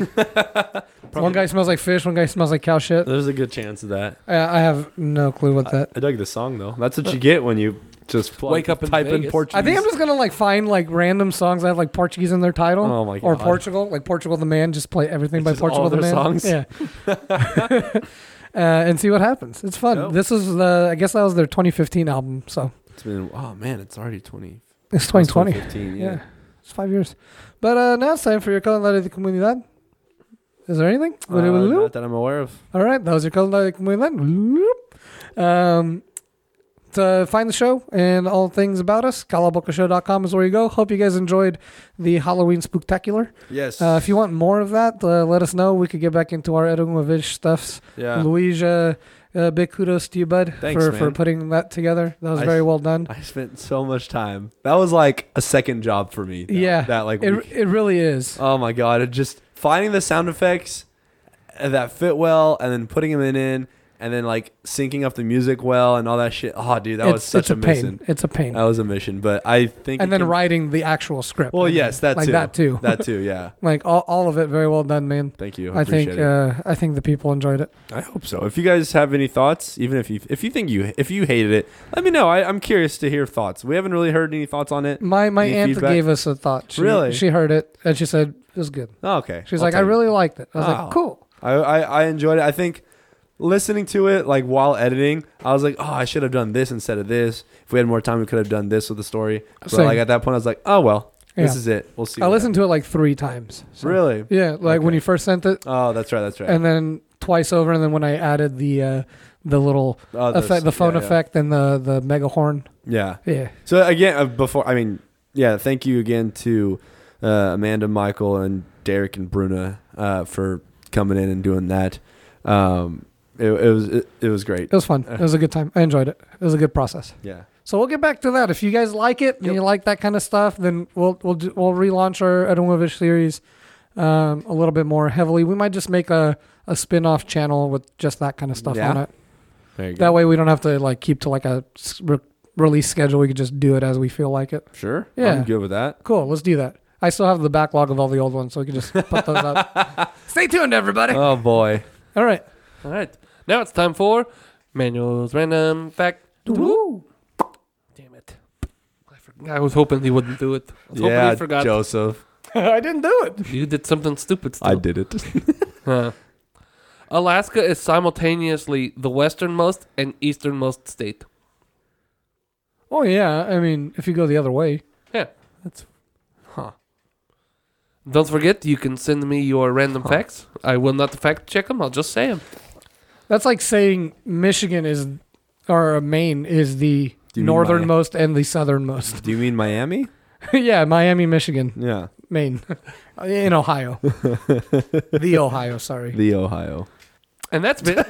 Speaker 3: one guy smells like fish, one guy smells like cow shit.
Speaker 2: There's a good chance of that.
Speaker 3: I, I have no clue what that. Uh,
Speaker 2: I dug the song though. That's what you get when you just plug,
Speaker 1: Wake up in
Speaker 2: type in
Speaker 1: Vegas.
Speaker 2: Portuguese.
Speaker 3: I think I'm just gonna like find like random songs that have like Portuguese in their title.
Speaker 2: Oh my
Speaker 3: Or
Speaker 2: God.
Speaker 3: Portugal, like Portugal the Man. Just play everything
Speaker 2: It's
Speaker 3: by
Speaker 2: just
Speaker 3: Portugal
Speaker 2: all
Speaker 3: the
Speaker 2: their
Speaker 3: Man.
Speaker 2: songs?
Speaker 3: Yeah.
Speaker 2: <laughs>
Speaker 3: <laughs> uh, and see what happens. It's fun.
Speaker 2: Dope.
Speaker 3: This is the. I guess that was their 2015 album. So
Speaker 2: It's been, oh man, it's already 20.
Speaker 3: it's 2020.
Speaker 2: 2015,
Speaker 3: yeah.
Speaker 2: yeah.
Speaker 3: it's five years. But uh, now it's time for your calendario de comunidad. Is there anything?
Speaker 2: Uh, not that I'm aware of.
Speaker 3: All right, that was your calendario de comunidad. Um, to find the show and all things about us, calabocashow.com is where you go. Hope you guys enjoyed the Halloween spooktacular.
Speaker 2: Yes.
Speaker 3: Uh, if you want more of that, uh, let us know. We could get back into our Edungovic stuffs.
Speaker 2: yeah.
Speaker 3: Luigi, uh, uh, big kudos to you, bud,
Speaker 2: Thanks,
Speaker 3: for, for
Speaker 2: man.
Speaker 3: putting that together. That was
Speaker 2: I-
Speaker 3: very well done.
Speaker 2: I spent so much time. That was like a second job for me. that-
Speaker 3: yeah,
Speaker 2: That like
Speaker 3: it,
Speaker 2: week.
Speaker 3: it really is.
Speaker 2: Oh my god! It just finding the sound effects that fit well, and then putting them in, in and then like syncing up the music well and all that shit. Oh, dude, that
Speaker 3: it's,
Speaker 2: was such
Speaker 3: it's a,
Speaker 2: a
Speaker 3: pain.
Speaker 2: mission.
Speaker 3: It's a pain.
Speaker 2: That was a mission, but I think it
Speaker 3: and then
Speaker 2: can-
Speaker 3: writing the actual script.
Speaker 2: Well,
Speaker 3: I mean,
Speaker 2: yes, that
Speaker 3: like
Speaker 2: too.
Speaker 3: that too.
Speaker 2: <laughs> That too, yeah.
Speaker 3: like all, all of it, very well done, man.
Speaker 2: Thank you. I,
Speaker 3: I think
Speaker 2: appreciate
Speaker 3: uh, I think the people enjoyed it.
Speaker 2: it. I hope so. If you guys have any thoughts, even if you if you think you if you hated it, let me know. I, I'm curious to hear thoughts. We haven't really heard any thoughts on it.
Speaker 3: My my
Speaker 2: Any
Speaker 3: aunt
Speaker 2: feedback?
Speaker 3: gave us a thought. She,
Speaker 2: Really?
Speaker 3: She heard it and she said it was good.
Speaker 2: Oh, okay.
Speaker 3: She was
Speaker 2: I'll
Speaker 3: like, I
Speaker 2: tell you.
Speaker 3: really liked it. I was
Speaker 2: Oh.
Speaker 3: like, cool.
Speaker 2: I, I I enjoyed it. I think listening to it like while editing, I was like, oh, I should have done this instead of this. If we had more time, we could have done this with the story. But
Speaker 3: Same.
Speaker 2: like at that point, I was like, oh well, this
Speaker 3: Yeah.
Speaker 2: is it. We'll see.
Speaker 3: I
Speaker 2: what
Speaker 3: listened to it like three times.
Speaker 2: happens.
Speaker 3: so-
Speaker 2: Really?
Speaker 3: Yeah, like when
Speaker 2: Okay.
Speaker 3: you first sent it,
Speaker 2: Oh, that's right. That's right.
Speaker 3: and then twice over, and then when I added the uh, the little
Speaker 2: oh,
Speaker 3: effect, the phone
Speaker 2: yeah, yeah.
Speaker 3: effect, and the the mega horn.
Speaker 2: Yeah.
Speaker 3: Yeah,
Speaker 2: So again, uh, before I mean, yeah, thank you again to uh, Amanda, Michael, and Derek and Bruna uh, for coming in and doing that. Um, it, it was it, it was great.
Speaker 3: it was fun. It was a good time. I enjoyed it. It was a good process.
Speaker 2: Yeah.
Speaker 3: So we'll get back to that. If you guys like it and
Speaker 2: Yep.
Speaker 3: you like that kind of stuff, then we'll we'll do, we'll relaunch our Edomovich series um, a little bit more heavily. We might just make a a spin-off channel with just that kind of stuff
Speaker 2: Yeah.
Speaker 3: on it.
Speaker 2: There you go.
Speaker 3: That way we don't have to like keep to like a s- re- release schedule. We could just do it as we feel like it.
Speaker 2: sure.
Speaker 3: Yeah.
Speaker 2: I'm good with that.
Speaker 3: Cool. Let's do that. I still have the backlog of all the old ones, so we can just put those <laughs> up. Stay tuned, everybody.
Speaker 2: Oh boy.
Speaker 3: all right.
Speaker 1: All right. Now it's time for Manuel's random fact. Damn it. I, forgot. I was hoping he wouldn't do it. I was hoping
Speaker 2: Yeah,
Speaker 1: he forgot.
Speaker 2: Joseph.
Speaker 3: <laughs> I didn't do it.
Speaker 1: You did something stupid still.
Speaker 2: I did it. <laughs>
Speaker 1: Huh. Alaska is simultaneously the westernmost and easternmost state.
Speaker 3: Oh yeah. I mean, if you go the other way,
Speaker 1: Yeah. That's. Huh. Don't forget, you can send me your random facts. I will not fact check them, I'll just say them.
Speaker 3: that's like saying Michigan is or Maine is the
Speaker 2: Do you mean Miami?
Speaker 3: northernmost and the southernmost. <laughs>
Speaker 2: Do you mean Miami?
Speaker 3: yeah, Miami, Michigan,
Speaker 2: Yeah.
Speaker 3: Maine, <laughs>
Speaker 2: <laughs>
Speaker 3: in Ohio. the Ohio. Sorry.
Speaker 2: The Ohio.
Speaker 1: And that's been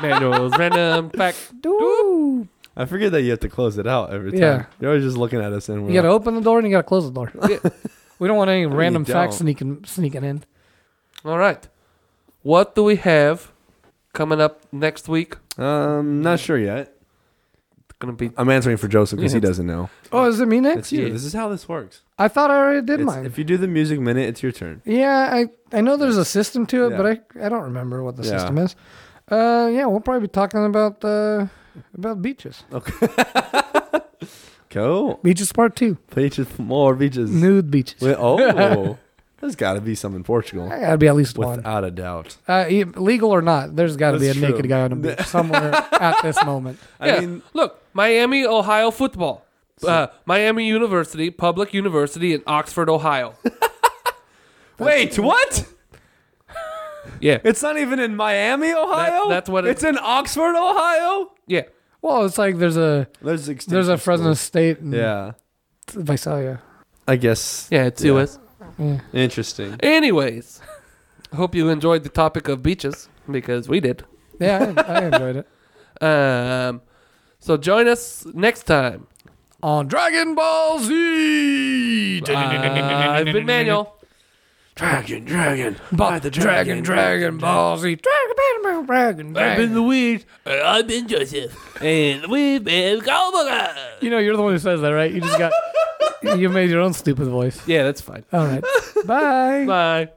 Speaker 1: Manuel's random fact.
Speaker 3: Ooh.
Speaker 2: I forget that you have to close it out every time.
Speaker 3: Yeah.
Speaker 2: You're always just looking at us and we're
Speaker 3: You gotta
Speaker 2: like,
Speaker 3: open the door and you gotta close
Speaker 2: <laughs>
Speaker 3: the door.
Speaker 1: Yeah.
Speaker 3: <laughs> We don't want any
Speaker 2: you
Speaker 3: random facts
Speaker 2: don't.
Speaker 3: sneaking sneaking in.
Speaker 1: All right. What do we have coming up next week?
Speaker 2: um, not sure yet.
Speaker 1: It's gonna be
Speaker 2: I'm answering for Joseph because he
Speaker 1: Yeah.
Speaker 2: doesn't know.
Speaker 3: Oh, is it me next?
Speaker 2: It's you.
Speaker 1: Yeah.
Speaker 2: This is how this works.
Speaker 3: I thought I already did
Speaker 2: It's-
Speaker 3: mine.
Speaker 2: if you do the music minute, it's your turn.
Speaker 3: Yeah, I I know there's a system to it,
Speaker 2: Yeah.
Speaker 3: but I I don't remember what the
Speaker 2: Yeah.
Speaker 3: system is. Uh, yeah, we'll probably be talking about uh about beaches.
Speaker 2: Go.
Speaker 3: Beaches part
Speaker 2: <laughs>
Speaker 3: two,
Speaker 2: Beaches, more beaches.
Speaker 3: nude beaches.
Speaker 2: Wait, oh, there's got to be some in
Speaker 3: I
Speaker 2: Portugal.
Speaker 3: gotta be at least one.
Speaker 2: Without a doubt.
Speaker 3: Uh, e- legal or not, there's gotta be a
Speaker 2: That's true.
Speaker 3: naked guy on
Speaker 2: <laughs>
Speaker 3: a beach somewhere at this moment.
Speaker 1: yeah.
Speaker 2: I mean,
Speaker 1: look, Miami, Ohio football. Uh, Miami University, public university in Oxford, Ohio.
Speaker 2: wait, what?
Speaker 1: Yeah,
Speaker 2: It's not even in Miami, Ohio?
Speaker 1: that's what it-
Speaker 2: It's in Oxford, Ohio?
Speaker 1: yeah.
Speaker 3: Well, it's like there's a
Speaker 2: There's,
Speaker 3: there's a Fresno State and
Speaker 2: Yeah.
Speaker 3: Visalia.
Speaker 2: I guess.
Speaker 1: Yeah, it's
Speaker 2: Yeah.
Speaker 1: US.
Speaker 3: Yeah.
Speaker 2: Interesting.
Speaker 1: Anyways, <laughs> hope you enjoyed the topic of beaches because we did.
Speaker 3: Yeah, I, I enjoyed it.
Speaker 1: Um, so join us next time.
Speaker 3: On Dragon Ball Z.
Speaker 1: I've been Manuel.
Speaker 2: Dragon, dragon.
Speaker 3: By the <laughs> Dragon, Dragon Ball Z. Dragon, Dragon, Dragon, Dragon.
Speaker 1: Luis. I've been Joseph. And we've been
Speaker 3: <laughs>
Speaker 1: Kalbaga.
Speaker 3: You know, you're the one who says
Speaker 1: <laughs>
Speaker 3: that, right? You just got. you made your own stupid voice.
Speaker 1: Yeah, that's fine.
Speaker 3: All right. Bye.
Speaker 1: Bye.